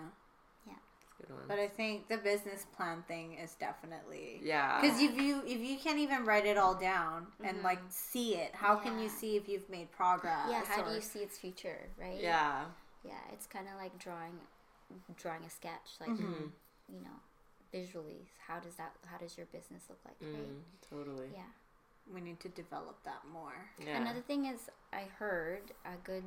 Speaker 2: That's a good one.
Speaker 4: But I think the business plan thing is definitely
Speaker 2: yeah. Mm-hmm.
Speaker 4: Because if you if you can't even write it all down and like see it, how can you
Speaker 3: Yeah.
Speaker 4: see if you've made progress?
Speaker 3: yeah how do
Speaker 4: or-
Speaker 3: you see its future right
Speaker 2: yeah.
Speaker 3: Yeah, it's kind of like drawing, drawing a sketch. Like,
Speaker 2: Mm-hmm.
Speaker 3: you know, visually, how does that? How does your business look like?
Speaker 2: Mm,
Speaker 3: Right?
Speaker 2: totally.
Speaker 3: Yeah.
Speaker 4: We need to develop that more.
Speaker 2: Yeah.
Speaker 3: Another thing is, I heard a good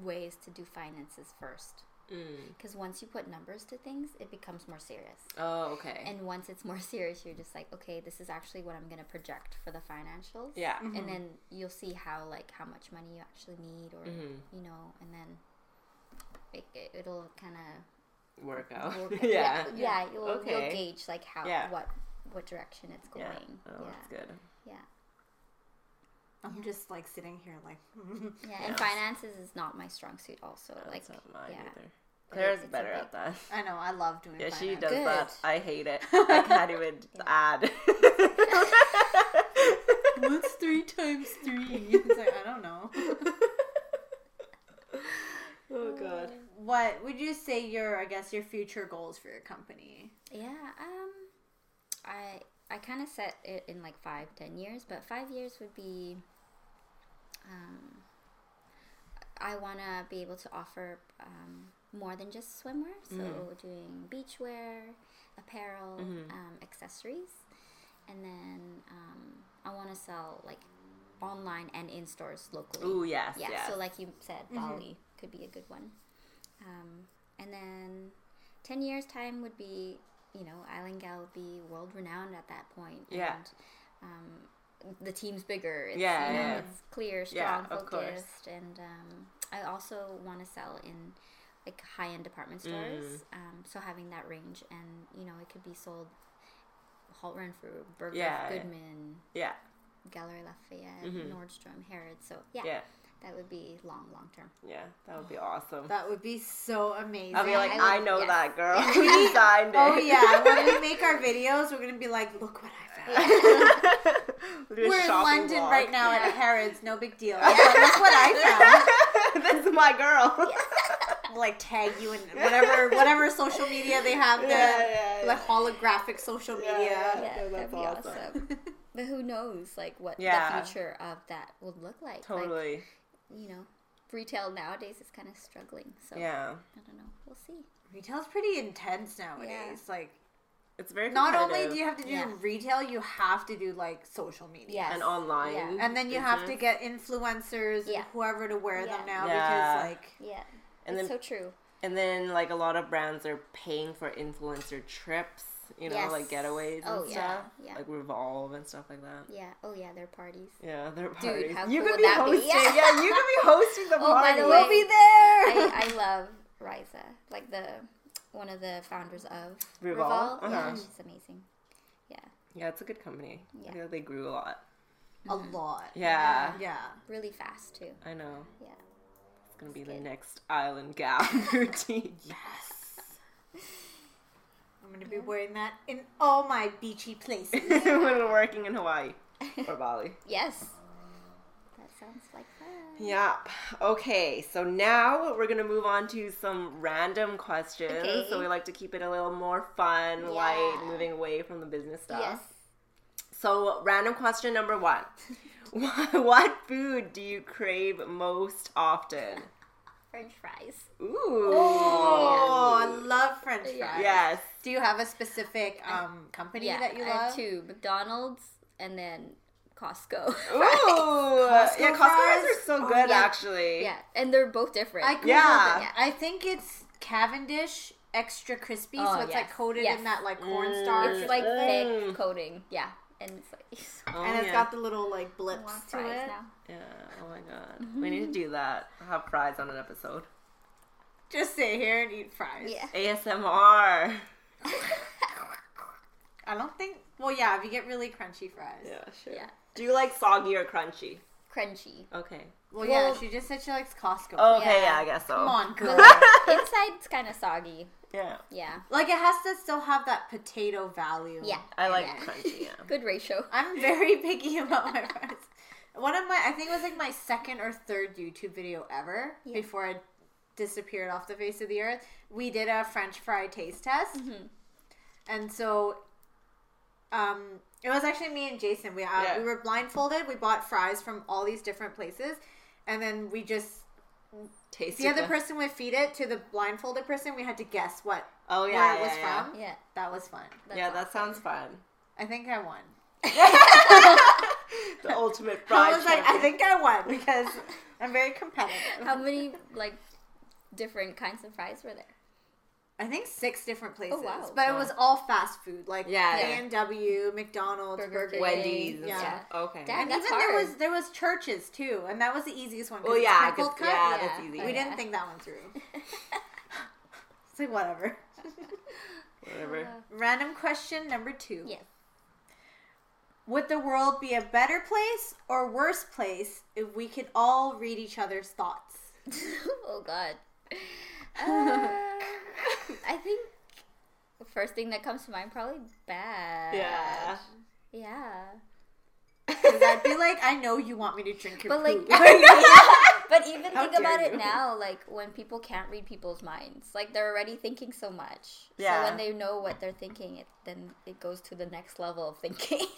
Speaker 3: way is to do finances first,
Speaker 2: Mm.
Speaker 3: because once you put numbers to things, it becomes more serious.
Speaker 2: Oh, okay.
Speaker 3: And once it's more serious, you're just like, okay, this is actually what I'm gonna project for the financials.
Speaker 2: yeah. Mm-hmm.
Speaker 3: And then you'll see how like how much money you actually need, or
Speaker 2: Mm-hmm.
Speaker 3: you know, and then it, it, it'll kind of
Speaker 2: Work out.
Speaker 3: You'll-
Speaker 2: Oh, yeah.
Speaker 3: yeah, yeah, You'll,
Speaker 2: Okay.
Speaker 3: you'll gauge like how
Speaker 2: Yeah.
Speaker 3: what what direction it's going.
Speaker 2: Yeah.
Speaker 3: Yeah,
Speaker 2: Oh, that's good.
Speaker 3: yeah,
Speaker 4: I'm just like sitting here like
Speaker 3: yeah. And finances is not my strong suit. Also, like
Speaker 2: That's not mine
Speaker 3: yeah,
Speaker 2: either.
Speaker 3: But it-
Speaker 2: Claire's
Speaker 3: it's a
Speaker 2: better
Speaker 3: big-
Speaker 2: at that.
Speaker 4: I know, I love doing
Speaker 2: Yeah, she
Speaker 4: finance.
Speaker 2: does that.
Speaker 3: Good.
Speaker 2: I hate it. I can't even add.
Speaker 4: What's three times three? It's like I don't know.
Speaker 2: oh god.
Speaker 4: What would you say your I guess your future goals for your company?
Speaker 3: yeah. Um, I I kind of set it in like five ten years, but five years would be. Um, I want to be able to offer um, more than just swimwear, so doing beachwear, apparel, um, accessories, and then um, I want to sell like online and in stores locally.
Speaker 2: Ooh, yes,
Speaker 3: Oh. yeah.
Speaker 2: yes. Mm-hmm.
Speaker 3: So like you said, Bali could be a good one, um, and then ten years time would be you know Island Gal would be world renowned at that point.
Speaker 2: Yeah.
Speaker 3: And, um, the team's bigger. It's,
Speaker 2: Yeah,
Speaker 3: you know,
Speaker 2: yeah.
Speaker 3: it's clear,
Speaker 2: Yeah,
Speaker 3: strong,
Speaker 2: of course.
Speaker 3: focused, and um, I also want to sell in like high end
Speaker 2: Mm.
Speaker 3: department stores. Um, so having that range, and you know, it could be sold Halt Renfrew, Bergdorf
Speaker 2: Yeah, yeah.
Speaker 3: Goodman,
Speaker 2: Yeah.
Speaker 3: Gallery Lafayette, Nordstrom, Harrods. So yeah,
Speaker 2: Mm-hmm. Yeah.
Speaker 3: that would be long, long term.
Speaker 2: Yeah. That would be awesome.
Speaker 4: That would be so amazing.
Speaker 2: I'll be like,
Speaker 3: Oh. I
Speaker 2: I,
Speaker 3: would-
Speaker 2: know
Speaker 3: yes.
Speaker 2: that girl. We signed it.
Speaker 4: Oh yeah, when we make our videos, we're gonna be like, look what I found.
Speaker 2: We'll do a
Speaker 4: We're in
Speaker 2: shopping
Speaker 4: London
Speaker 2: walk.
Speaker 4: right now at a Harrods, no big deal. But look what I
Speaker 2: That's my girl.
Speaker 4: found. Like tag you in whatever whatever social media they have the
Speaker 2: Yeah, yeah,
Speaker 4: like holographic social media.
Speaker 2: yeah.
Speaker 3: Yeah,
Speaker 2: No, that's
Speaker 3: that'd be
Speaker 2: awesome.
Speaker 3: awesome. but who knows, like what
Speaker 2: Yeah.
Speaker 3: the future of that would look like? Like,
Speaker 2: Totally.
Speaker 3: you know, retail nowadays is kind of struggling. So
Speaker 2: Yeah.
Speaker 3: I don't know. We'll see.
Speaker 4: Retail's pretty intense nowadays. Like
Speaker 2: It's very
Speaker 4: Not
Speaker 2: competitive.
Speaker 4: only do you have to do
Speaker 3: Yeah.
Speaker 4: retail, you have to do like social media.
Speaker 3: Yes.
Speaker 2: and online.
Speaker 3: Yeah.
Speaker 4: And then you have to
Speaker 2: business.
Speaker 4: get influencers
Speaker 3: Yeah.
Speaker 4: and whoever to wear
Speaker 3: Yeah.
Speaker 4: them now
Speaker 2: Yeah.
Speaker 4: because like
Speaker 3: Yeah.
Speaker 2: And
Speaker 3: it's
Speaker 2: then-
Speaker 3: so true.
Speaker 2: And then like a lot of brands are paying for influencer trips, you know,
Speaker 3: Yes.
Speaker 2: like getaways
Speaker 3: Oh,
Speaker 2: and
Speaker 3: yeah,
Speaker 2: stuff,
Speaker 3: yeah.
Speaker 2: like Revolve and stuff like that.
Speaker 3: Yeah. Oh yeah, their parties.
Speaker 2: Yeah, they're
Speaker 3: Dude,
Speaker 2: parties.
Speaker 3: how
Speaker 2: you
Speaker 3: cool
Speaker 2: could
Speaker 3: would
Speaker 2: be
Speaker 3: that be?
Speaker 2: hosting.
Speaker 3: Yeah.
Speaker 2: Yeah, you could be hosting the
Speaker 3: Oh, by
Speaker 2: party.
Speaker 3: the
Speaker 4: we'll
Speaker 3: way-
Speaker 4: be there.
Speaker 3: I, I love Riza, like the one of the founders of
Speaker 2: Revolve?
Speaker 3: Revolve. Yeah,
Speaker 2: Uh-huh.
Speaker 3: she's amazing. Yeah,
Speaker 2: Yeah, it's a good company. I
Speaker 3: Yeah.
Speaker 2: feel like they grew a lot.
Speaker 4: a lot.
Speaker 2: Yeah,
Speaker 4: Yeah.
Speaker 3: really fast too.
Speaker 2: I know.
Speaker 3: Yeah.
Speaker 2: It's gonna be the
Speaker 3: good.
Speaker 2: next Island Gal routine.
Speaker 4: I'm gonna be wearing that in all my beachy places.
Speaker 2: when we're working in Hawaii or Bali.
Speaker 3: Yes. That sounds like fun.
Speaker 2: Yep. Okay, so now we're gonna move on to some random questions.
Speaker 3: Okay.
Speaker 2: So we like to keep it a little more fun, light, moving away from the business stuff.
Speaker 3: Yes.
Speaker 2: So random question number one. Wha- what food do you crave most often?
Speaker 3: French fries.
Speaker 2: Ooh.
Speaker 4: Oh, I love French fries.
Speaker 2: Yes.
Speaker 4: Do you have a specific um, company
Speaker 3: Yeah,
Speaker 4: that you
Speaker 3: I have
Speaker 4: love?
Speaker 3: two McDonald's and then Costco.
Speaker 2: Ooh. yeah, Costco fries
Speaker 4: fries?
Speaker 2: are so good
Speaker 3: yeah.
Speaker 2: actually.
Speaker 3: yeah, and they're both different.
Speaker 4: I googled
Speaker 2: Yeah.
Speaker 4: it. I think it's Cavendish extra crispy, so
Speaker 3: Oh,
Speaker 4: it's like
Speaker 3: yes.
Speaker 4: coated
Speaker 3: Yes.
Speaker 4: in that like corn starch,
Speaker 3: it's like
Speaker 2: Mm.
Speaker 3: thick coating. Yeah, and it's like it's
Speaker 2: Oh,
Speaker 4: and it's
Speaker 2: yeah.
Speaker 4: got the little like blips
Speaker 3: want
Speaker 4: to
Speaker 3: fries
Speaker 4: it.
Speaker 3: now.
Speaker 2: Yeah. Oh my god. We need to do that. Have fries on an episode.
Speaker 4: Just sit here and eat fries.
Speaker 3: Yeah.
Speaker 2: ASMR.
Speaker 4: I don't think. Well, yeah, if you get really crunchy fries.
Speaker 2: Yeah, sure.
Speaker 3: Yeah.
Speaker 2: Do you like soggy or crunchy?
Speaker 3: Crunchy.
Speaker 2: Okay.
Speaker 4: Well, yeah,
Speaker 3: Well-
Speaker 4: she just said she likes Costco.
Speaker 2: Okay, yeah,
Speaker 3: Yeah.
Speaker 2: I guess so.
Speaker 4: Come on, girl.
Speaker 3: Inside it's kind of soggy.
Speaker 2: Yeah.
Speaker 3: Yeah.
Speaker 4: like it has to still have that potato value.
Speaker 3: Yeah.
Speaker 2: I like
Speaker 3: Yeah.
Speaker 2: crunchy, yeah.
Speaker 3: Good ratio.
Speaker 4: I'm very picky about my fries. One of my, I think it was like my second or third YouTube video ever
Speaker 3: Yeah.
Speaker 4: before I disappeared off the face of the earth. We did a French fry taste test, and so um, it was actually me and Jason. We uh,
Speaker 2: Yeah.
Speaker 4: we were blindfolded. We bought fries from all these different places, and then we just
Speaker 2: Tasty.
Speaker 4: the other
Speaker 2: but-
Speaker 4: person would feed it to the blindfolded person. We had to guess what
Speaker 2: Oh yeah.
Speaker 4: where it
Speaker 2: yeah,
Speaker 4: was
Speaker 2: yeah.
Speaker 4: from.
Speaker 3: Yeah.
Speaker 4: That was fun.
Speaker 3: that's
Speaker 2: yeah,
Speaker 3: all.
Speaker 2: that sounds fun.
Speaker 4: I think I won.
Speaker 2: The ultimate fry.
Speaker 4: I was like, I
Speaker 2: champion.
Speaker 4: think I won because I'm very competitive.
Speaker 3: How many like different kinds of fries were there?
Speaker 4: I think six different places,
Speaker 3: Oh, wow.
Speaker 4: but it
Speaker 2: Wow.
Speaker 4: was all fast food, like
Speaker 2: Yeah,
Speaker 4: yeah,
Speaker 2: yeah.
Speaker 4: A&W, McDonald's,
Speaker 3: Burger
Speaker 4: Burger
Speaker 3: King.
Speaker 4: King.
Speaker 2: Wendy's. and
Speaker 4: Yeah.
Speaker 2: stuff. Okay.
Speaker 3: Dang.
Speaker 4: And
Speaker 3: That's
Speaker 4: even there
Speaker 3: hard.
Speaker 4: was there was churches too, and that was the easiest one. 'cause
Speaker 2: Well,
Speaker 4: it's
Speaker 2: yeah, 'cause-
Speaker 4: crinkled cut.
Speaker 2: yeah, that's
Speaker 3: Yeah.
Speaker 4: We
Speaker 2: easy.
Speaker 3: Yeah.
Speaker 4: didn't think that one through. it's like whatever.
Speaker 2: Whatever.
Speaker 4: Random question number two:
Speaker 3: Yes.
Speaker 4: Would the world be a better place or worse place if we could all read each other's thoughts?
Speaker 3: oh god. Uh, I think the first thing that comes to mind probably bad.
Speaker 2: Yeah.
Speaker 3: Yeah.
Speaker 4: 'Cause I'd be like, I know you want me to drink your
Speaker 3: But like
Speaker 4: poop.
Speaker 3: But even
Speaker 2: How
Speaker 3: think
Speaker 2: dare
Speaker 3: about
Speaker 2: you.
Speaker 3: it now, like when people can't read people's minds, like they're already thinking so much.
Speaker 2: Yeah.
Speaker 3: So when they know what they're thinking, it then it goes to the next level of thinking.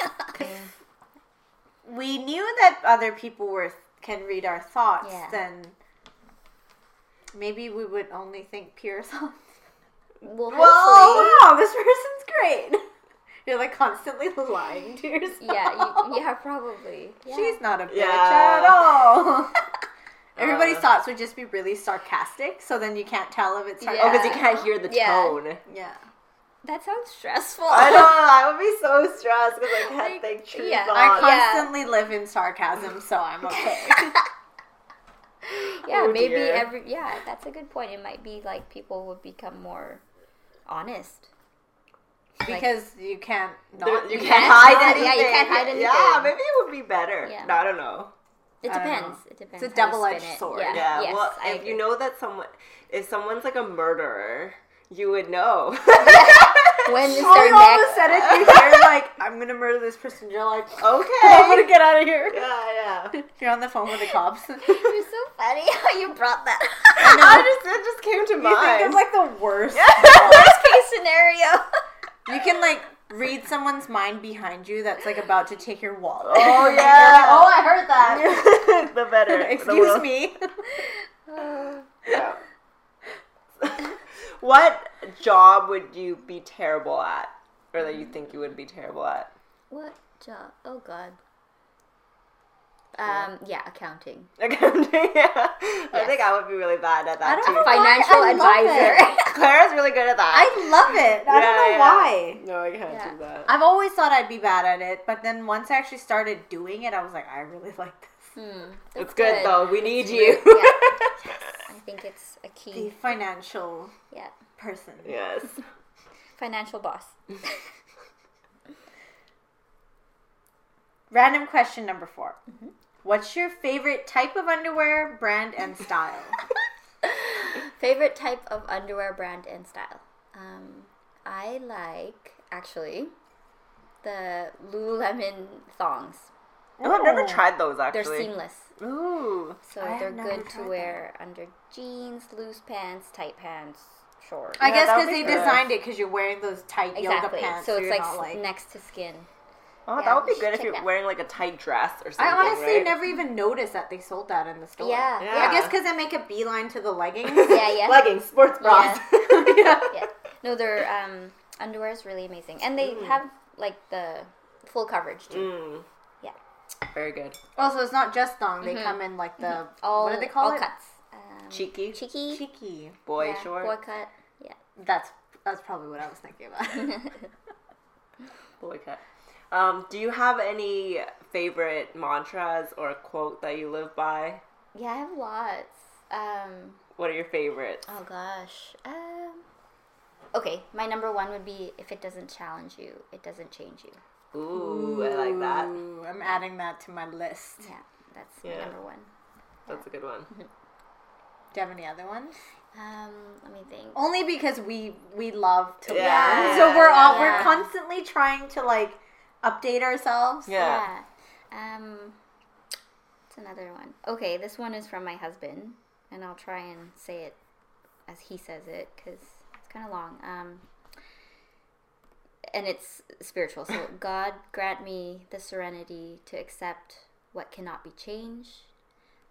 Speaker 4: we knew that other people were can read our thoughts,
Speaker 3: Yeah.
Speaker 4: then maybe we would only think pure thoughts.
Speaker 3: well, hopefully.
Speaker 4: Oh wow, this person's great. You're like constantly lying to yourself.
Speaker 3: Yeah, you, yeah, probably. Yeah.
Speaker 4: She's not a bitch
Speaker 2: Yeah.
Speaker 4: at all. Everybody's
Speaker 2: Uh.
Speaker 4: thoughts would just be really sarcastic, so then you can't tell if it's sarcastic.
Speaker 2: Oh, because you
Speaker 3: Yeah.
Speaker 2: can't hear the
Speaker 3: Yeah.
Speaker 2: tone.
Speaker 4: Yeah.
Speaker 3: that sounds stressful.
Speaker 2: I know. I would be so stressed because I can't
Speaker 3: Like,
Speaker 2: think true
Speaker 3: yeah.
Speaker 4: I
Speaker 2: thoughts.
Speaker 3: can't-
Speaker 4: constantly live in sarcasm, so I'm okay.
Speaker 3: yeah,
Speaker 2: Oh,
Speaker 3: maybe
Speaker 2: dear.
Speaker 3: every yeah, that's a good point. It might be like people would become more honest.
Speaker 4: because you can't not.
Speaker 2: There- You
Speaker 4: be-
Speaker 2: can't hide
Speaker 3: hide-
Speaker 2: anything.
Speaker 3: yeah, you can't hide
Speaker 2: Yeah,
Speaker 3: anything.
Speaker 2: maybe it would be better.
Speaker 3: Yeah.
Speaker 2: No, I don't know.
Speaker 3: It
Speaker 4: I don't
Speaker 3: depends.
Speaker 4: know.
Speaker 3: It depends.
Speaker 4: It's a
Speaker 3: how you
Speaker 4: double-edged
Speaker 3: spin it.
Speaker 4: sword.
Speaker 3: Yeah.
Speaker 2: Yeah.
Speaker 3: Yes,
Speaker 2: well,
Speaker 3: I
Speaker 2: if you
Speaker 3: agree.
Speaker 2: know that someone, if someone's like a murderer, you would know.
Speaker 3: when is
Speaker 4: Oh,
Speaker 3: their
Speaker 4: you all of a
Speaker 3: next?
Speaker 4: sudden you hear like, I'm gonna murder this person. You're like, I'm
Speaker 2: okay.
Speaker 4: gonna get out of here.
Speaker 2: yeah, yeah.
Speaker 4: You're on the phone with the cops. you
Speaker 3: You're so funny how you brought that.
Speaker 2: I, just it just came to mind.
Speaker 4: think of like the worst.
Speaker 3: Worst case scenario.
Speaker 4: You can like read someone's mind behind you that's like about to take your wallet.
Speaker 2: oh
Speaker 4: You're like,
Speaker 2: yeah.
Speaker 4: oh, I heard that.
Speaker 2: the better. the
Speaker 4: Excuse
Speaker 2: world-
Speaker 4: me.
Speaker 2: Yeah. what job would you be terrible at? or that you think you would be terrible at?
Speaker 3: What job? Oh God. Um. Yeah, accounting.
Speaker 2: Accounting. yeah. I think I would be really bad at that
Speaker 4: I
Speaker 2: too.
Speaker 4: don't know.
Speaker 3: Financial
Speaker 4: I love
Speaker 3: advisor.
Speaker 2: Clara's really good at that.
Speaker 4: I love it. I don't know why.
Speaker 2: No, I can't
Speaker 3: Yeah.
Speaker 2: do that.
Speaker 4: I've always thought I'd be bad at it, but then once I actually started doing it, I was like, I really like this.
Speaker 3: Hmm,
Speaker 2: it's good, though. We need you.
Speaker 3: Yeah. I think it's a
Speaker 4: The
Speaker 3: key.
Speaker 2: Mm.
Speaker 4: financial
Speaker 3: Yeah.
Speaker 4: person.
Speaker 2: yes.
Speaker 3: Financial boss.
Speaker 4: Random question number 4 What's your favorite type of underwear, brand, and style?
Speaker 3: Favorite type of underwear brand and style? Um, I like actually the Lululemon thongs.
Speaker 2: Oh, I've never
Speaker 4: Ooh.
Speaker 2: tried those
Speaker 3: They're
Speaker 2: actually.
Speaker 3: seamless,
Speaker 2: Ooh.
Speaker 3: so
Speaker 4: I have
Speaker 3: they're
Speaker 4: never
Speaker 3: good
Speaker 4: tried
Speaker 3: to
Speaker 4: them.
Speaker 3: wear under jeans, loose pants, tight pants, shorts.
Speaker 4: I
Speaker 2: Yeah,
Speaker 4: guess
Speaker 2: that would
Speaker 4: because
Speaker 2: be
Speaker 4: they
Speaker 2: good.
Speaker 4: designed it because you're wearing those tight
Speaker 3: exactly.
Speaker 4: yoga pants.
Speaker 3: so it's
Speaker 4: you're
Speaker 3: like,
Speaker 4: not,
Speaker 3: s- next to skin.
Speaker 2: Oh,
Speaker 3: Yeah,
Speaker 2: that would
Speaker 3: you
Speaker 2: be
Speaker 3: should
Speaker 2: good if
Speaker 3: check
Speaker 2: you're
Speaker 3: it out.
Speaker 2: wearing like a tight dress or something.
Speaker 4: I honestly
Speaker 2: right?
Speaker 4: never even noticed that they sold that in the store.
Speaker 3: Yeah.
Speaker 2: Yeah.
Speaker 4: I guess because I make a beeline to the leggings.
Speaker 3: Yeah, yeah.
Speaker 2: Leggings, sports bras.
Speaker 4: yeah.
Speaker 3: yeah. No, their um, underwear is really amazing, and they have like the full coverage too.
Speaker 2: Mm.
Speaker 3: Yeah.
Speaker 2: Very good.
Speaker 4: Also, it's not just thong. They come in like the
Speaker 3: Mm-hmm. All
Speaker 4: what do they call
Speaker 3: all
Speaker 4: it?
Speaker 3: cuts. Um,
Speaker 2: Cheeky.
Speaker 3: cheeky,
Speaker 4: Cheeky.
Speaker 2: Boy
Speaker 3: yeah,
Speaker 2: short.
Speaker 3: boy cut. Yeah.
Speaker 4: That's that's probably what I was thinking
Speaker 3: Mm-hmm.
Speaker 4: about.
Speaker 2: Boy cut. Um, do you have any favorite mantras or quote that you live by?
Speaker 3: Yeah, I have lots. Um,
Speaker 2: What are your favorites?
Speaker 3: oh gosh. Um, okay, my number one would be if it doesn't challenge you, it doesn't change you.
Speaker 2: Ooh, I like that.
Speaker 4: Ooh, I'm adding that to my list.
Speaker 3: Yeah, that's
Speaker 2: Yeah.
Speaker 3: my number one.
Speaker 2: That's a good one.
Speaker 4: Do you have any other ones?
Speaker 3: Um, let me think.
Speaker 4: Only because we we love to
Speaker 2: Yeah.
Speaker 4: learn, so we're all
Speaker 3: Yeah.
Speaker 4: we're constantly trying to like update ourselves.
Speaker 2: Yeah.
Speaker 3: Yeah. Um, it's another one. Okay, this one is from my husband, and I'll try and say it as he says it because it's kind of long. Um, and it's spiritual. So, God grant me the serenity to accept what cannot be changed,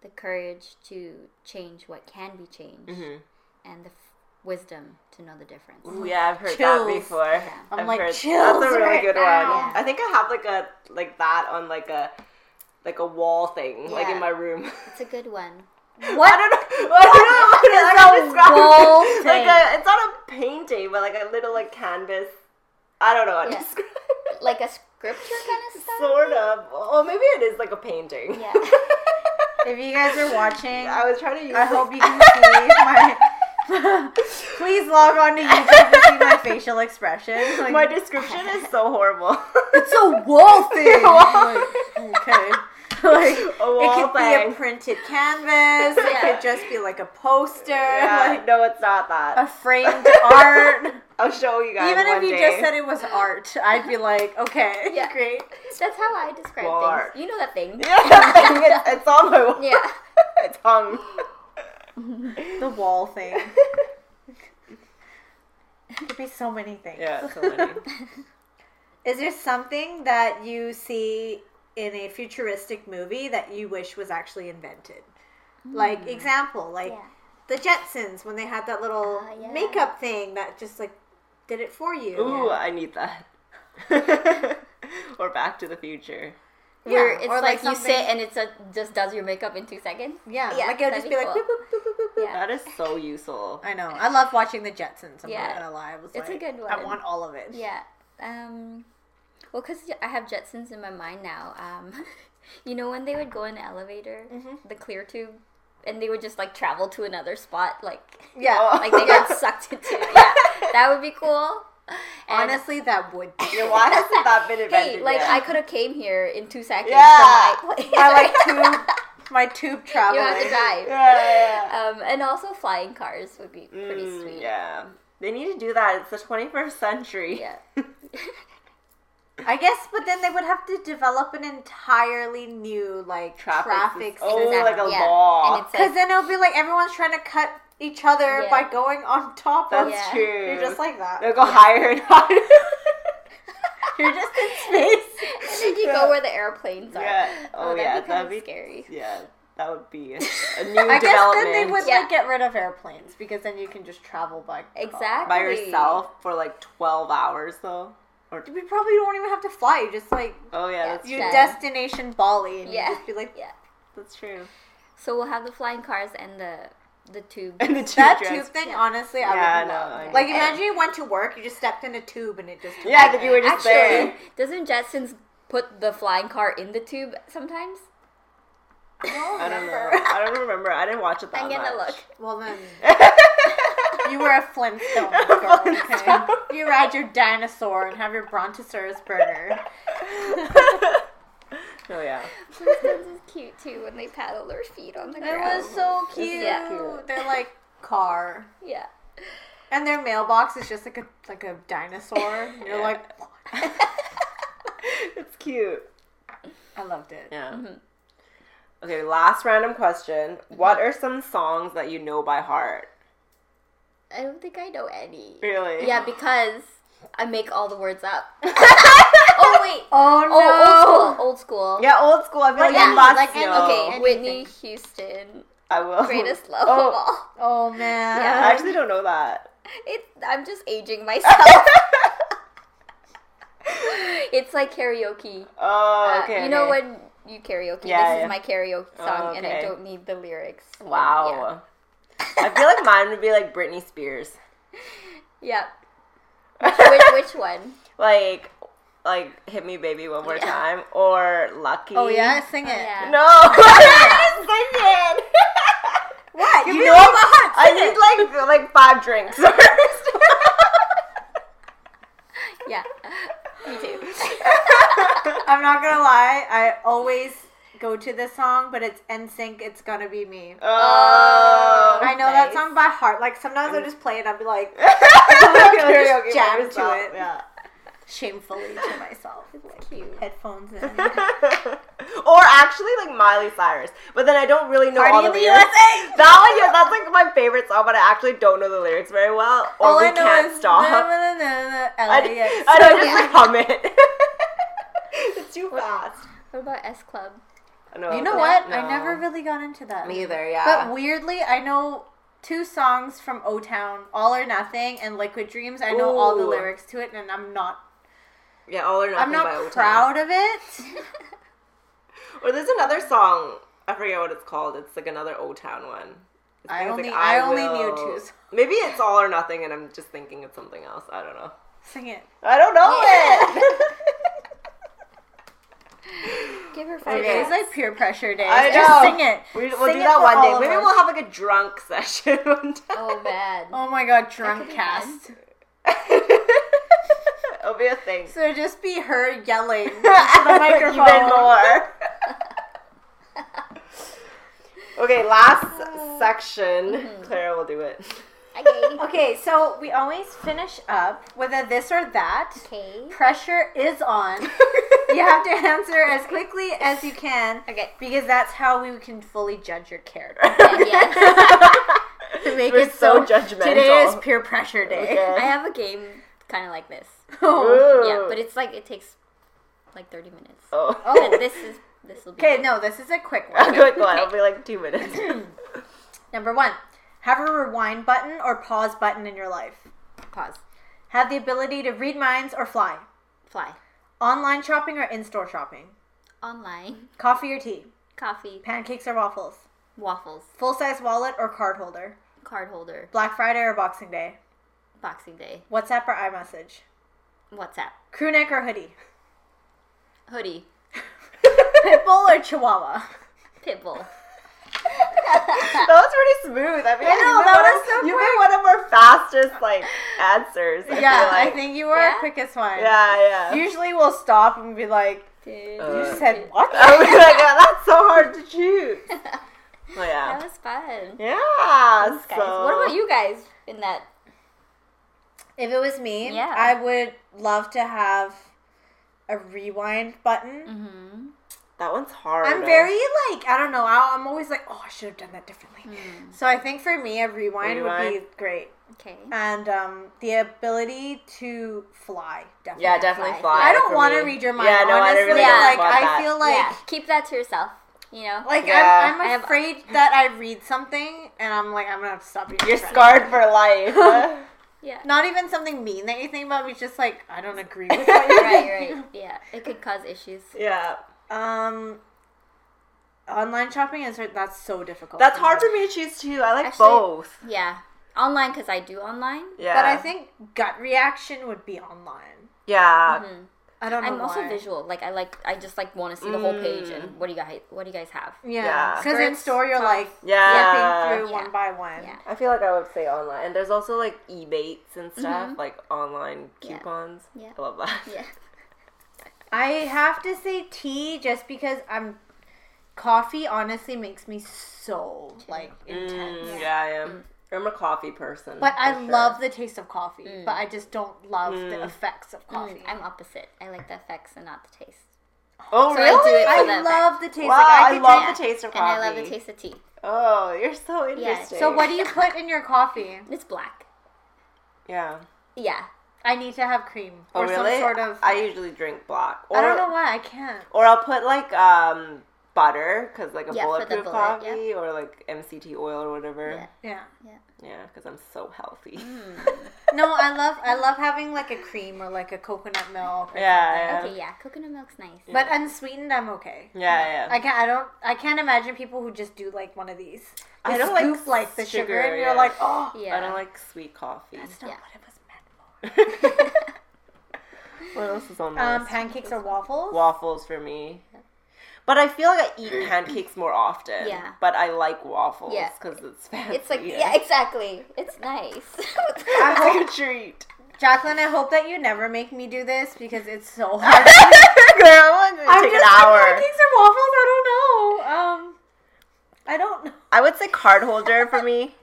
Speaker 3: the courage to change what can be changed, and the f- wisdom to know the difference.
Speaker 2: Ooh, yeah, I've heard
Speaker 4: Chills.
Speaker 2: that before.
Speaker 4: I'm
Speaker 2: I've
Speaker 4: like,
Speaker 2: heard,
Speaker 4: chills
Speaker 2: That's a really
Speaker 4: right
Speaker 2: good
Speaker 4: now.
Speaker 2: one. I think I have like a like that on like a like a wall thing, like in
Speaker 3: Yeah.
Speaker 2: my room.
Speaker 3: It's a good one.
Speaker 2: What? I don't know. I don't know how to- like, I describe
Speaker 3: wall
Speaker 2: it. Like
Speaker 3: thing.
Speaker 2: a, it's not a painting, but like a little like canvas. I don't know how to
Speaker 3: Yeah.
Speaker 2: describe. it.
Speaker 3: Like a scripture kind of stuff?
Speaker 2: sort of. Oh, maybe it is like a painting.
Speaker 3: Yeah.
Speaker 4: If you guys are watching,
Speaker 2: I was trying to use.
Speaker 4: I hope you can see my. Please log on to YouTube to see my facial expression. Like,
Speaker 2: my description is so horrible.
Speaker 4: it's a wall thing.
Speaker 2: wall.
Speaker 4: Like, okay. Like,
Speaker 2: A
Speaker 4: it
Speaker 2: wall
Speaker 4: could be a
Speaker 2: thing.
Speaker 4: printed canvas. It could just be like a poster,
Speaker 2: yeah,
Speaker 4: like
Speaker 2: no, it's not that.
Speaker 4: a framed art.
Speaker 2: I'll show you guys.
Speaker 4: Even
Speaker 2: one
Speaker 4: if you
Speaker 2: day.
Speaker 4: just said it was art, I'd be like, okay,
Speaker 3: Yeah.
Speaker 4: great.
Speaker 3: That's how I describe
Speaker 2: War.
Speaker 3: things. You know that thing.
Speaker 2: Yeah, it's, it's on my wall.
Speaker 3: Yeah.
Speaker 2: it's hung.
Speaker 4: The wall thing. It could be so many things.
Speaker 2: Yeah, so many.
Speaker 4: Is there something that you see in a futuristic movie that you wish was actually invented? Like example, like
Speaker 3: Hmm. Yeah.
Speaker 4: the Jetsons when they had that little
Speaker 3: Ah, yeah.
Speaker 4: makeup thing that just like did it for you.
Speaker 2: Ooh, I need that. or Back to the Future.
Speaker 4: Yeah,
Speaker 3: Where it's
Speaker 4: or
Speaker 3: like,
Speaker 4: like
Speaker 3: you
Speaker 4: something-
Speaker 3: sit and it's a just does your makeup in two seconds.
Speaker 4: Yeah,
Speaker 3: Yeah,
Speaker 4: like it would
Speaker 3: that'd
Speaker 4: just
Speaker 3: be
Speaker 4: be like.
Speaker 3: cool.
Speaker 4: Boop, boop, boop, boop, boop.
Speaker 3: Yeah.
Speaker 2: That is so useful.
Speaker 4: I know. I love watching the Jetsons. I'm
Speaker 3: Yeah.
Speaker 4: not gonna lie. I was
Speaker 3: It's a
Speaker 4: like,
Speaker 3: good
Speaker 4: I
Speaker 3: one.
Speaker 4: want all of it.
Speaker 3: Yeah. Um well cuz I have Jetsons in my mind now. Um you know when they would go in the elevator,
Speaker 4: Mm-hmm.
Speaker 3: the clear tube and they would just like travel to another spot like
Speaker 4: Yeah.
Speaker 2: Oh.
Speaker 3: like they got sucked into. Yeah. That would be cool. And-
Speaker 4: Honestly, that would. Be.
Speaker 2: Yeah, why hasn't that been invented
Speaker 3: Hey, like
Speaker 2: yet?
Speaker 3: I could have came here in two seconds.
Speaker 2: Yeah.
Speaker 3: from my place.
Speaker 4: I like tube. My tube traveling.
Speaker 3: you have to drive.
Speaker 2: Yeah,
Speaker 3: Um, and also flying cars would be
Speaker 2: yeah.
Speaker 3: pretty
Speaker 2: Mm,
Speaker 3: sweet.
Speaker 2: yeah. They need to do that. It's the 21st century.
Speaker 3: Yeah.
Speaker 4: I guess, but then they would have to develop an entirely new like
Speaker 2: Traffic.
Speaker 4: traffic,
Speaker 2: sys-
Speaker 4: system.
Speaker 2: oh, like a
Speaker 3: Yeah.
Speaker 2: law.
Speaker 3: And it's
Speaker 4: Because
Speaker 3: like,
Speaker 4: then it'll be like everyone's trying to cut each other
Speaker 3: Yeah.
Speaker 4: by going on top
Speaker 2: That's
Speaker 4: of.
Speaker 3: Yeah.
Speaker 2: true.
Speaker 4: You're just like that.
Speaker 2: They'll go higher and higher.
Speaker 4: You're just in space.
Speaker 3: and then you go where the airplanes are.
Speaker 2: Yeah.
Speaker 3: Oh,
Speaker 2: Oh,
Speaker 3: that'd
Speaker 2: yeah,
Speaker 3: be kind
Speaker 2: that'd
Speaker 3: of
Speaker 2: be-
Speaker 3: scary.
Speaker 2: yeah, that would be a, a new
Speaker 4: I
Speaker 2: development.
Speaker 4: guess then they would
Speaker 3: Yeah.
Speaker 4: like get rid of airplanes because then you can just travel by car.
Speaker 3: Exactly.
Speaker 2: By yourself for like 12 hours, though. Or
Speaker 4: We probably don't even have to fly. You just like
Speaker 2: oh yeah, that's
Speaker 4: your
Speaker 3: Yeah.
Speaker 4: destination Bali, and
Speaker 3: Yeah.
Speaker 4: you just be like,
Speaker 3: Yeah.
Speaker 2: that's true.
Speaker 3: So we'll have the flying cars and the the tube.
Speaker 2: And the tube
Speaker 4: that
Speaker 2: dress.
Speaker 4: tube thing. Honestly, I
Speaker 2: Yeah,
Speaker 4: would
Speaker 2: no,
Speaker 4: love.
Speaker 2: I know.
Speaker 4: like imagine you went to work, you just stepped in a tube, and it just took
Speaker 2: Yeah, that you were just
Speaker 3: Actually,
Speaker 2: there.
Speaker 3: doesn't Jetsons put the flying car in the tube sometimes?
Speaker 2: I don't know. I don't remember. I didn't watch it that
Speaker 3: I'm gonna
Speaker 2: much.
Speaker 3: look.
Speaker 4: Well then, you were a Flintstone girl. Okay?
Speaker 2: Flintstone.
Speaker 4: You ride your dinosaur and have your Brontosaurus burger.
Speaker 2: oh yeah.
Speaker 3: Flintstones is cute too when they paddle their feet on the
Speaker 4: It
Speaker 3: ground.
Speaker 4: was so cute.
Speaker 3: Yeah.
Speaker 4: They're like car,
Speaker 3: yeah.
Speaker 4: and their mailbox is just like a like a dinosaur. You're
Speaker 2: Yeah.
Speaker 4: like, "What?"
Speaker 2: It's cute.
Speaker 4: I loved it.
Speaker 2: Yeah. Okay, last random question. What are some songs that you know by heart?
Speaker 3: I don't think I know any.
Speaker 2: Really?
Speaker 3: Yeah, because I make all the words up. oh wait.
Speaker 4: Oh no!
Speaker 3: Oh, old school. Old school.
Speaker 2: Yeah, old school. I feel like,
Speaker 4: Like any-
Speaker 2: you must
Speaker 4: like any-
Speaker 2: know.
Speaker 3: Okay,
Speaker 4: Anything.
Speaker 3: Whitney Houston,
Speaker 2: I will.
Speaker 3: greatest love
Speaker 2: Oh,
Speaker 3: of all.
Speaker 4: Oh, man!
Speaker 3: Um,
Speaker 2: I actually don't know that.
Speaker 3: It, I'm just aging myself. it's like karaoke.
Speaker 2: Oh,
Speaker 3: Uh,
Speaker 2: okay.
Speaker 3: you know
Speaker 2: okay.
Speaker 3: when you
Speaker 2: Yeah,
Speaker 3: karaoke? this
Speaker 2: yeah. Oh,
Speaker 3: is my karaoke song, and I
Speaker 2: Okay.
Speaker 3: don't need the lyrics. Yeah.
Speaker 2: Wow. I feel like mine would be like Britney Spears.
Speaker 3: Yeah. Which, which one?
Speaker 2: like, like hit me baby one more
Speaker 3: Yeah.
Speaker 2: time or lucky.
Speaker 4: Oh yeah, sing it.
Speaker 3: yeah.
Speaker 2: No. I didn't sing it.
Speaker 4: What?
Speaker 2: You
Speaker 4: You,
Speaker 2: know,
Speaker 4: know about
Speaker 2: I need like like five drinks first.
Speaker 3: Yeah. Me too.
Speaker 4: I'm not gonna lie. I always go to this song, but it's NSYNC. It's gonna be me.
Speaker 2: oh,
Speaker 4: I know that
Speaker 3: nice.
Speaker 4: song by heart. Like sometimes I'll just play it. and I'll be like
Speaker 2: Karaoke by
Speaker 4: jam to
Speaker 2: yourself,
Speaker 4: it.
Speaker 2: Yeah.
Speaker 4: shamefully to myself. Like,
Speaker 3: Cute.
Speaker 4: headphones in.
Speaker 2: or actually like Miley Cyrus, but then I don't really know
Speaker 4: Party
Speaker 2: all the
Speaker 4: in the
Speaker 2: lyrics.
Speaker 4: USA.
Speaker 2: That one, yeah, that's like my favorite song, but I actually don't know the lyrics very well. Or we can't stop.
Speaker 4: Na, na, na, na, LAX.
Speaker 2: I, I don't just like hum it. it's too fast.
Speaker 3: What about S Club?
Speaker 2: No,
Speaker 4: You know
Speaker 2: no,
Speaker 4: what?
Speaker 2: no.
Speaker 4: I never really got into that.
Speaker 2: Me either.
Speaker 4: But
Speaker 2: Yeah.
Speaker 4: weirdly, I know two songs from O Town, All or Nothing and Liquid Dreams. I know all the
Speaker 2: Ooh.
Speaker 4: lyrics to it and I'm not
Speaker 2: yeah, all or nothing.
Speaker 4: I'm
Speaker 2: by
Speaker 4: not
Speaker 2: Old
Speaker 4: proud of it.
Speaker 2: Town. Or there's another song. I forget what it's called. It's like another O Town one. It's
Speaker 4: I
Speaker 2: like-
Speaker 4: only-
Speaker 2: like,
Speaker 4: I only knew
Speaker 2: will-
Speaker 4: two songs.
Speaker 2: Maybe it's all or nothing, and I'm just thinking it's something else. I don't know.
Speaker 4: Sing it.
Speaker 2: I don't know
Speaker 3: Give her five.
Speaker 4: Today's
Speaker 3: shots.
Speaker 4: like peer pressure day.
Speaker 2: I
Speaker 4: Just
Speaker 2: know.
Speaker 4: sing it.
Speaker 2: it. We, we'll
Speaker 4: Sing
Speaker 2: do
Speaker 4: it
Speaker 2: that
Speaker 4: for
Speaker 2: one
Speaker 4: all
Speaker 2: day.
Speaker 4: of
Speaker 2: Maybe
Speaker 4: us.
Speaker 2: we'll have like a drunk session. one time.
Speaker 3: Oh man.
Speaker 4: Oh my god,
Speaker 3: could
Speaker 4: drunk
Speaker 3: be
Speaker 4: cast.
Speaker 2: It'll be a thing.
Speaker 4: So it'd just be her yelling.
Speaker 2: Even
Speaker 4: microphone.
Speaker 2: more. okay, last section. Clara will do it.
Speaker 3: Okay.
Speaker 4: Okay, so we always finish up with a this or that.
Speaker 3: Okay.
Speaker 4: Pressure is on. you have to answer as quickly as you can.
Speaker 3: Okay.
Speaker 4: Because that's how we can fully judge your character.
Speaker 3: Yes.
Speaker 4: To make
Speaker 2: We're
Speaker 4: it
Speaker 2: so judgmental.
Speaker 4: Today is peer pressure day.
Speaker 2: Okay.
Speaker 3: I have a game kind of like this.
Speaker 4: Oh.
Speaker 3: Yeah,
Speaker 2: Ooh.
Speaker 3: but it's like it takes like 30 minutes.
Speaker 2: Oh.
Speaker 3: But this is this will be.
Speaker 4: Okay, no, this is a quick
Speaker 2: I'll
Speaker 4: one.
Speaker 2: do it quick. It'll be like two minutes.
Speaker 4: Number one, have a rewind button or pause button in your life.
Speaker 3: Pause.
Speaker 4: Have the ability to read minds or fly.
Speaker 3: Fly.
Speaker 4: Online shopping or in store shopping.
Speaker 3: Online.
Speaker 4: Coffee or tea.
Speaker 3: Coffee.
Speaker 4: Pancakes or waffles.
Speaker 3: Waffles.
Speaker 4: Full size wallet or card holder.
Speaker 3: Card holder.
Speaker 4: Black Friday or Boxing Day.
Speaker 3: Boxing Day.
Speaker 4: WhatsApp or iMessage.
Speaker 3: WhatsApp.
Speaker 4: Crew neck or hoodie.
Speaker 3: Hoodie.
Speaker 4: Pitbull or Chihuahua.
Speaker 3: Pitbull.
Speaker 2: that was pretty smooth. I mean,
Speaker 4: I
Speaker 2: you've
Speaker 4: know,
Speaker 2: been
Speaker 4: that
Speaker 2: one
Speaker 4: was
Speaker 2: of-
Speaker 4: so
Speaker 2: You've been one of our fastest like answers. I
Speaker 4: Yeah,
Speaker 2: feel
Speaker 4: I
Speaker 2: like.
Speaker 4: think you were
Speaker 3: Yeah?
Speaker 4: quickest one.
Speaker 2: Yeah, yeah.
Speaker 4: Usually we'll stop and be like,
Speaker 2: Uh,
Speaker 4: you said what?
Speaker 2: I was like, Oh, yeah, that's so hard to choose. Oh
Speaker 3: That
Speaker 2: yeah.
Speaker 3: was fun.
Speaker 2: Yeah.
Speaker 3: Guys,
Speaker 2: so-
Speaker 3: what about you guys in that?
Speaker 4: If it was me,
Speaker 3: Yeah.
Speaker 4: I would love to have a rewind button.
Speaker 2: Mm.
Speaker 3: Mm-hmm.
Speaker 2: That one's hard.
Speaker 4: I'm
Speaker 2: eh?
Speaker 4: very like I don't know. I, I'm always like, oh, I should have done that differently. So I think for me, a rewind, would be
Speaker 2: Mm. Rewind.
Speaker 4: great,
Speaker 3: Okay.
Speaker 4: and um, the ability to fly. Definitely.
Speaker 2: Yeah, definitely
Speaker 3: fly.
Speaker 2: fly.
Speaker 4: I don't
Speaker 2: for
Speaker 4: want to
Speaker 2: me.
Speaker 4: read your mind.
Speaker 2: Yeah, no,
Speaker 4: honestly.
Speaker 2: I really
Speaker 3: Yeah.
Speaker 2: don't
Speaker 4: like
Speaker 2: want
Speaker 4: I
Speaker 2: that.
Speaker 4: feel like
Speaker 3: yeah. Keep that to yourself. You know.
Speaker 4: like
Speaker 2: Yeah.
Speaker 4: I'm,
Speaker 3: I
Speaker 4: I'm
Speaker 3: have-
Speaker 4: afraid that I read something and I'm like I'm gonna have to stop reading.
Speaker 2: You're
Speaker 4: this right
Speaker 2: scarred for life.
Speaker 3: Yeah.
Speaker 4: Not even something mean that you think about, but just like, I don't agree with what you're
Speaker 3: right, right. Yeah. It could cause issues.
Speaker 2: Yeah.
Speaker 4: Um, online shopping is that's so difficult.
Speaker 2: That's
Speaker 4: for
Speaker 2: hard
Speaker 4: me.
Speaker 2: for me to choose too. I like
Speaker 3: Actually-
Speaker 2: both.
Speaker 3: Yeah. Online because I do online.
Speaker 2: Yeah.
Speaker 4: But I think gut reaction would be online. Mm-hmm.
Speaker 2: Yeah.
Speaker 4: I don't know.
Speaker 3: I'm also
Speaker 4: why.
Speaker 3: visual. Like I like I just like want to see the whole page and what do you guys what do you guys have?
Speaker 4: Yeah,
Speaker 2: Yeah.
Speaker 4: because in
Speaker 3: Skirts,
Speaker 4: store you're like
Speaker 2: Yeah.
Speaker 4: flipping through
Speaker 3: Yeah.
Speaker 4: one by one.
Speaker 3: Yeah.
Speaker 2: I feel like I would say online. And there's also like Ebates and stuff, like online
Speaker 3: Yeah.
Speaker 2: coupons.
Speaker 3: Yeah.
Speaker 2: I love that.
Speaker 3: Yeah.
Speaker 4: I have to say tea just because I'm coffee honestly makes me so like intense.
Speaker 2: Mm, yeah, I am. I'm a coffee person.
Speaker 4: But I
Speaker 2: for sure. Mm.
Speaker 4: love the taste of coffee, but I just don't love the effects of coffee.
Speaker 3: Mm, I'm opposite. I like the effects and not the taste.
Speaker 2: Oh,
Speaker 3: so I
Speaker 2: really?
Speaker 3: do it for
Speaker 4: I
Speaker 3: the
Speaker 4: love the taste.
Speaker 2: Wow,
Speaker 4: like, I,
Speaker 2: I
Speaker 4: could
Speaker 2: love
Speaker 4: take-
Speaker 2: the taste of
Speaker 3: and
Speaker 2: coffee.
Speaker 3: I love the taste of tea.
Speaker 2: Oh, you're so interesting.
Speaker 4: So what do you put in your coffee?
Speaker 3: It's black.
Speaker 2: Yeah.
Speaker 3: Yeah.
Speaker 4: I need to have cream
Speaker 2: Oh,
Speaker 4: or
Speaker 2: really?
Speaker 4: some sort of.
Speaker 2: I usually drink black. Or,
Speaker 4: I don't know why I can't.
Speaker 2: Or I'll put like um butter because like a
Speaker 3: Yeah, for the
Speaker 2: bulletproof
Speaker 3: bullet, yeah.
Speaker 2: coffee or like MCT oil or whatever.
Speaker 3: Yeah.
Speaker 4: Yeah.
Speaker 2: Yeah, because I'm so healthy.
Speaker 4: No, I love I love having like a cream or like a coconut milk. or-
Speaker 2: yeah, yeah.
Speaker 3: Okay, yeah. Coconut milk's nice.
Speaker 4: But unsweetened, I'm okay.
Speaker 2: Mm. Yeah, yeah.
Speaker 4: I can't. I don't. I can't imagine people who just do like one of these.
Speaker 2: I
Speaker 4: They
Speaker 2: don't like
Speaker 4: scoop, like the sugar,
Speaker 2: sugar,
Speaker 4: and
Speaker 2: yeah.
Speaker 4: you're like, oh,
Speaker 3: yeah.
Speaker 2: I don't like sweet coffee.
Speaker 4: that's not
Speaker 3: Yeah.
Speaker 4: what it was meant
Speaker 2: what else is on
Speaker 4: for.
Speaker 2: the
Speaker 4: Um,
Speaker 2: list?
Speaker 4: pancakes or waffles?
Speaker 2: waffles for me. But I feel like I eat pancakes more often.
Speaker 3: Yeah.
Speaker 2: But I like waffles
Speaker 3: Yeah.
Speaker 2: because it's fancy.
Speaker 3: It's like
Speaker 2: and
Speaker 3: yeah, exactly. It's nice.
Speaker 2: it's like a treat.
Speaker 4: Jacqueline, I hope that you never make me do this because it's so hard.
Speaker 2: Girl, I'm gonna
Speaker 4: I'm
Speaker 2: take an
Speaker 4: just like,
Speaker 2: hour.
Speaker 4: Pancakes or waffles? I don't know. Um, I don't know.
Speaker 2: I would say card holder for me.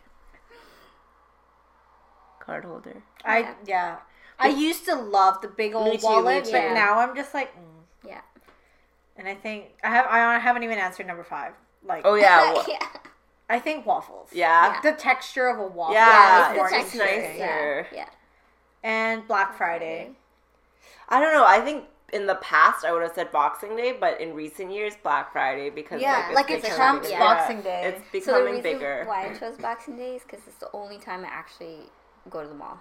Speaker 2: Card holder.
Speaker 4: I yeah. I used to love the big old
Speaker 2: Me too, me
Speaker 4: wallet, but
Speaker 3: too.
Speaker 4: now I'm just like, mm.
Speaker 3: yeah.
Speaker 4: and I think I have I haven't even answered number five. Like,
Speaker 2: Oh yeah. wa-
Speaker 3: yeah.
Speaker 4: I think waffles.
Speaker 2: Yeah.
Speaker 4: the texture of a waffle.
Speaker 2: Yeah,
Speaker 4: is
Speaker 2: uh, it's
Speaker 4: more
Speaker 2: just
Speaker 4: interesting.
Speaker 2: nicer.
Speaker 3: Yeah. yeah.
Speaker 4: And Black Friday.
Speaker 2: I don't know. I think in the past I would have said Boxing Day, but in recent years Black Friday because
Speaker 4: Yeah,
Speaker 2: like,
Speaker 4: like
Speaker 2: it's,
Speaker 4: it's
Speaker 2: becoming
Speaker 4: Trump's
Speaker 2: bigger.
Speaker 4: Boxing Day.
Speaker 2: It's
Speaker 3: So the
Speaker 2: becoming
Speaker 3: reason
Speaker 2: bigger.
Speaker 3: why I chose Boxing Day is because it's the only time I actually go to the mall.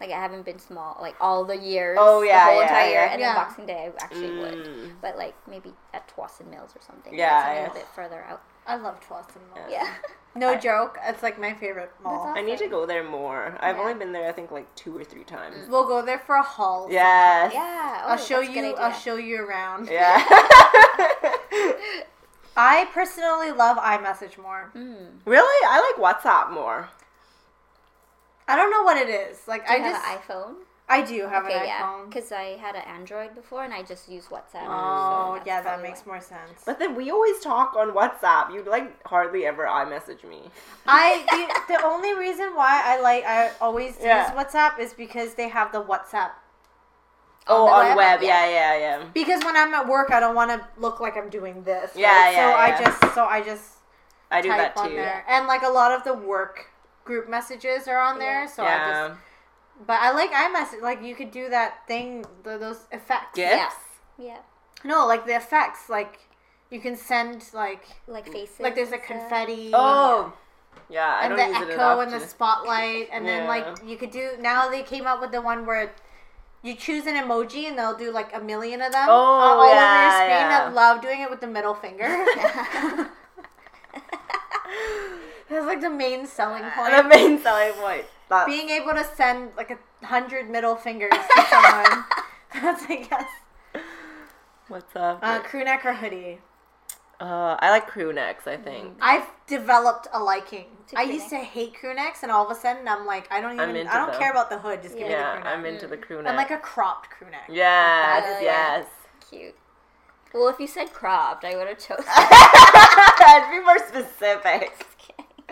Speaker 3: Like I haven't been small like all the years.
Speaker 2: Oh, yeah,
Speaker 3: the whole
Speaker 2: yeah,
Speaker 3: entire year,
Speaker 2: yeah.
Speaker 3: and
Speaker 4: Yeah.
Speaker 3: then Boxing Day I actually
Speaker 2: Mm.
Speaker 3: would, but like maybe at Towson Mills or something.
Speaker 2: Yeah,
Speaker 3: that's a
Speaker 2: yeah.
Speaker 3: little bit further out.
Speaker 4: I love Towson Mall.
Speaker 3: Yeah,
Speaker 4: No joke, it's like my favorite mall.
Speaker 3: That's
Speaker 2: I need to go there more. I've
Speaker 3: Yeah.
Speaker 2: only been there I think like two or three times.
Speaker 4: We'll go there for a haul.
Speaker 2: Yes.
Speaker 3: yeah.
Speaker 4: I'll
Speaker 3: oh,
Speaker 4: show
Speaker 3: that's a
Speaker 4: you.
Speaker 3: good
Speaker 4: I'll
Speaker 3: idea.
Speaker 4: show you around.
Speaker 2: Yeah.
Speaker 4: I personally love iMessage more.
Speaker 3: Mm.
Speaker 2: really? I like WhatsApp more.
Speaker 4: I don't know what it is. Like
Speaker 3: Do
Speaker 4: I
Speaker 3: you have
Speaker 4: just
Speaker 3: an iPhone?
Speaker 4: I do have an
Speaker 3: okay,
Speaker 4: iPhone.
Speaker 3: yeah, because I had an Android before and I just use WhatsApp. so
Speaker 4: oh
Speaker 3: that's
Speaker 4: yeah, that
Speaker 3: probably
Speaker 4: makes
Speaker 3: why.
Speaker 4: more sense.
Speaker 2: But then we always talk on WhatsApp. You like hardly ever iMessage me.
Speaker 4: I the, the only reason why I like I always
Speaker 2: Yeah.
Speaker 4: use WhatsApp is because they have the WhatsApp.
Speaker 2: Oh,
Speaker 3: the
Speaker 2: on
Speaker 3: web?
Speaker 2: web. Yeah, yeah, yeah.
Speaker 4: Because when I'm at work, I don't want to look like I'm doing this.
Speaker 2: Yeah,
Speaker 4: right?
Speaker 2: yeah, yeah.
Speaker 4: So I just so I just
Speaker 2: I do
Speaker 4: type
Speaker 2: that
Speaker 4: on
Speaker 2: too.
Speaker 4: there, and like a lot of the work group messages are on there.
Speaker 3: Yeah.
Speaker 4: So I
Speaker 2: yeah.
Speaker 4: just but I like iMessage. Like you could do that thing, th those effects.
Speaker 2: Gifts?
Speaker 3: Yeah,
Speaker 4: No, like the effects. Like you can send like
Speaker 3: like faces.
Speaker 4: like there's a
Speaker 3: and stuff.
Speaker 4: confetti.
Speaker 2: Oh. Yeah, I
Speaker 4: and
Speaker 2: don't
Speaker 4: the
Speaker 2: use it
Speaker 4: echo
Speaker 2: enough
Speaker 4: and the
Speaker 2: to-
Speaker 4: spotlight and then
Speaker 2: Yeah.
Speaker 4: like you could do now they came out with the one where you choose an emoji and they'll do like a million of them
Speaker 2: Oh,
Speaker 4: all over your
Speaker 2: yeah,
Speaker 4: screen
Speaker 2: yeah.
Speaker 4: i love doing it with the middle finger that's like the main selling point
Speaker 2: the main selling point. That's,
Speaker 4: being able to send like a hundred middle fingers to someone that's i guess
Speaker 2: what's up?
Speaker 4: uh,
Speaker 2: Uh,
Speaker 4: crew neck or hoodie
Speaker 2: I like crew necks. I think
Speaker 4: I've developed a liking.
Speaker 3: To
Speaker 4: I
Speaker 3: crew
Speaker 4: used to hate crew necks, and all of a sudden I'm like, I don't even,
Speaker 2: I'm into
Speaker 4: I don't
Speaker 2: them.
Speaker 4: care about the hood. Just give me the
Speaker 2: yeah,
Speaker 4: crew neck.
Speaker 2: I'm into the crew neck.
Speaker 4: and like a cropped crew neck.
Speaker 2: yes,
Speaker 3: Oh, yeah.
Speaker 2: yes.
Speaker 3: Cute. Well, if you said cropped, I would have chosen.
Speaker 2: I'd be more specific.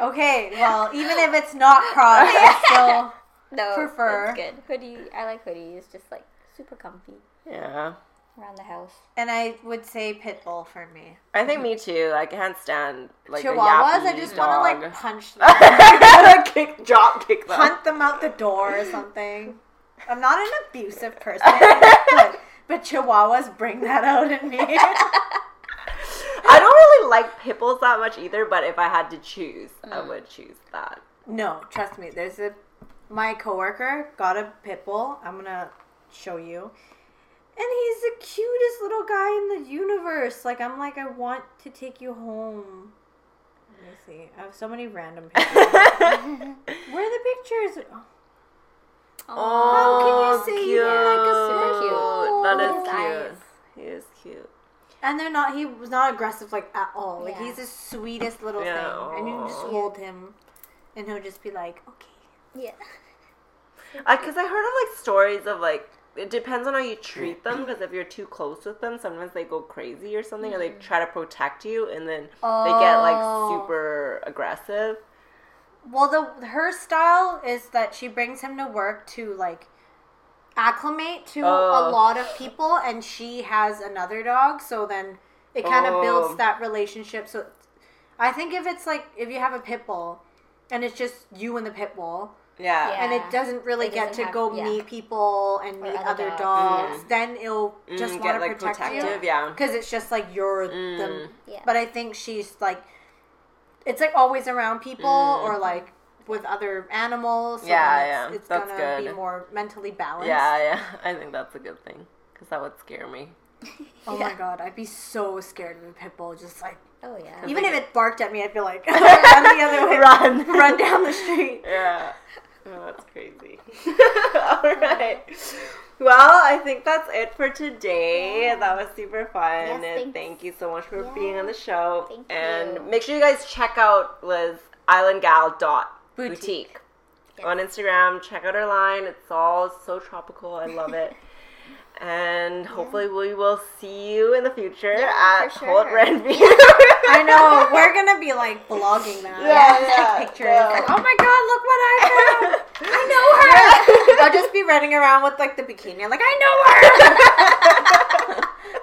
Speaker 4: Okay, well, even if it's not cropped, I still.
Speaker 3: no,
Speaker 4: Prefer.
Speaker 3: That's good. Hoodie. I like hoodie. It's just like super comfy
Speaker 2: Yeah,
Speaker 3: around the house.
Speaker 4: And I would say pit bull for me.
Speaker 2: I think me too. I can't stand like a
Speaker 4: Chihuahuas,
Speaker 2: yappy
Speaker 4: I just
Speaker 2: dog.
Speaker 4: want to like punch them,
Speaker 2: kick, drop, kick them.
Speaker 4: hunt them out the door or something. I'm not an abusive person, but, but Chihuahuas bring that out in me.
Speaker 2: I don't really like pipples
Speaker 4: Mm.
Speaker 2: that much either. But if I had to choose, I would choose that.
Speaker 4: No, trust me. There's a my coworker got a pit bull. I'm gonna show you. And he's the cutest little guy in the universe. Like I'm like, I want to take you home. Let me see. I have so many random pictures. Where are the pictures?
Speaker 2: Oh,
Speaker 4: How can you say
Speaker 2: cute.
Speaker 4: you like a
Speaker 3: circle?
Speaker 2: Oh, That is
Speaker 3: Eyes.
Speaker 2: cute. He is cute.
Speaker 4: And they're not. He was not aggressive like at all. Like
Speaker 3: Yeah.
Speaker 4: he's the sweetest little
Speaker 2: Yeah,
Speaker 4: thing, and you can just
Speaker 2: aw.
Speaker 4: hold him, and he'll just be like, okay.
Speaker 3: Yeah.
Speaker 2: I because I heard of like stories of like it depends on how you treat them because if you're too close with them, sometimes they go crazy or something, or they try to protect you, and then they get like
Speaker 4: Mm. Oh.
Speaker 2: super aggressive.
Speaker 4: Well, the her style is that she brings him to work to like acclimate to a
Speaker 2: Oh.
Speaker 4: lot of people, and she has another dog, so then it kind of
Speaker 2: Oh.
Speaker 4: builds that relationship. So I think if it's like if you have a pit bull, and it's just you and the pit bull,
Speaker 2: Yeah.
Speaker 3: Yeah.
Speaker 4: and it doesn't really
Speaker 3: It
Speaker 4: get
Speaker 3: doesn't
Speaker 4: to
Speaker 3: have-
Speaker 4: go
Speaker 3: yeah.
Speaker 4: meet people and meet
Speaker 3: other
Speaker 4: other dogs,
Speaker 3: dogs,
Speaker 4: then it'll just
Speaker 2: Mm,
Speaker 4: want
Speaker 2: get
Speaker 4: to
Speaker 2: like
Speaker 4: protect
Speaker 2: protective.
Speaker 4: you
Speaker 2: Yeah.
Speaker 4: because it's just like you're
Speaker 2: Mm.
Speaker 4: them.
Speaker 3: Yeah.
Speaker 4: But I think she's like, it's like always around people or like with other animals. So
Speaker 2: Mm. Yeah,
Speaker 4: then it's,
Speaker 2: yeah.
Speaker 4: It's
Speaker 2: That's
Speaker 4: gonna be
Speaker 2: good.
Speaker 4: more mentally balanced.
Speaker 2: Yeah, yeah. I think that's a good thing because that would scare me.
Speaker 4: Oh my god, I'd be so scared of a pit bull. Just like
Speaker 3: Oh yeah.
Speaker 4: even if it barked at me, I'd be like run the other way,
Speaker 2: Run.
Speaker 4: run down the street.
Speaker 2: Yeah. Oh, that's crazy. All right. Well, I think that's it for today. That was super fun.
Speaker 3: Yes,
Speaker 2: and
Speaker 3: thanks.
Speaker 2: thank you so much for being on the show.
Speaker 3: Thank
Speaker 2: and
Speaker 3: you.
Speaker 2: make sure you guys check out Liz islandgal.boutique boutique
Speaker 3: Yes.
Speaker 2: on Instagram. Check out her line. It's all so tropical. I love it. and hopefully we will see you in the future
Speaker 3: Yeah,
Speaker 2: at
Speaker 3: for
Speaker 2: Holt
Speaker 3: sure.
Speaker 2: Renview.
Speaker 4: I know we're gonna be like vlogging that.
Speaker 2: Yeah,
Speaker 4: Like,
Speaker 2: yeah,
Speaker 4: pictures.
Speaker 2: yeah.
Speaker 4: Like, oh my god, look what I found. I know her. I'll just be running around with like the bikini. I'm like I know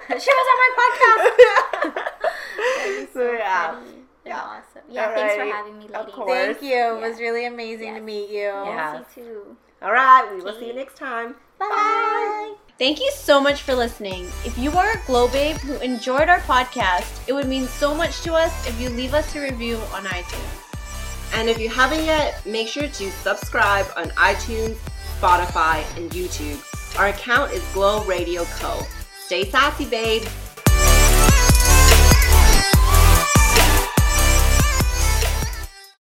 Speaker 4: her. she was on my podcast.
Speaker 2: so yeah.
Speaker 3: Yeah. Awesome. Yeah. Thanks for having me, lady.
Speaker 2: Of course.
Speaker 4: Thank you. It was really amazing to meet you.
Speaker 2: Yeah.
Speaker 3: You too.
Speaker 2: All right. We will see you next time.
Speaker 4: Bye.
Speaker 1: Thank you so much for listening. If you are a Glow Babe who enjoyed our podcast, it would mean so much to us if you leave us a review on iTunes.
Speaker 2: And if you haven't yet, make sure to subscribe on iTunes, Spotify, and YouTube. Our account is Glow Radio Co. Stay sassy, babes.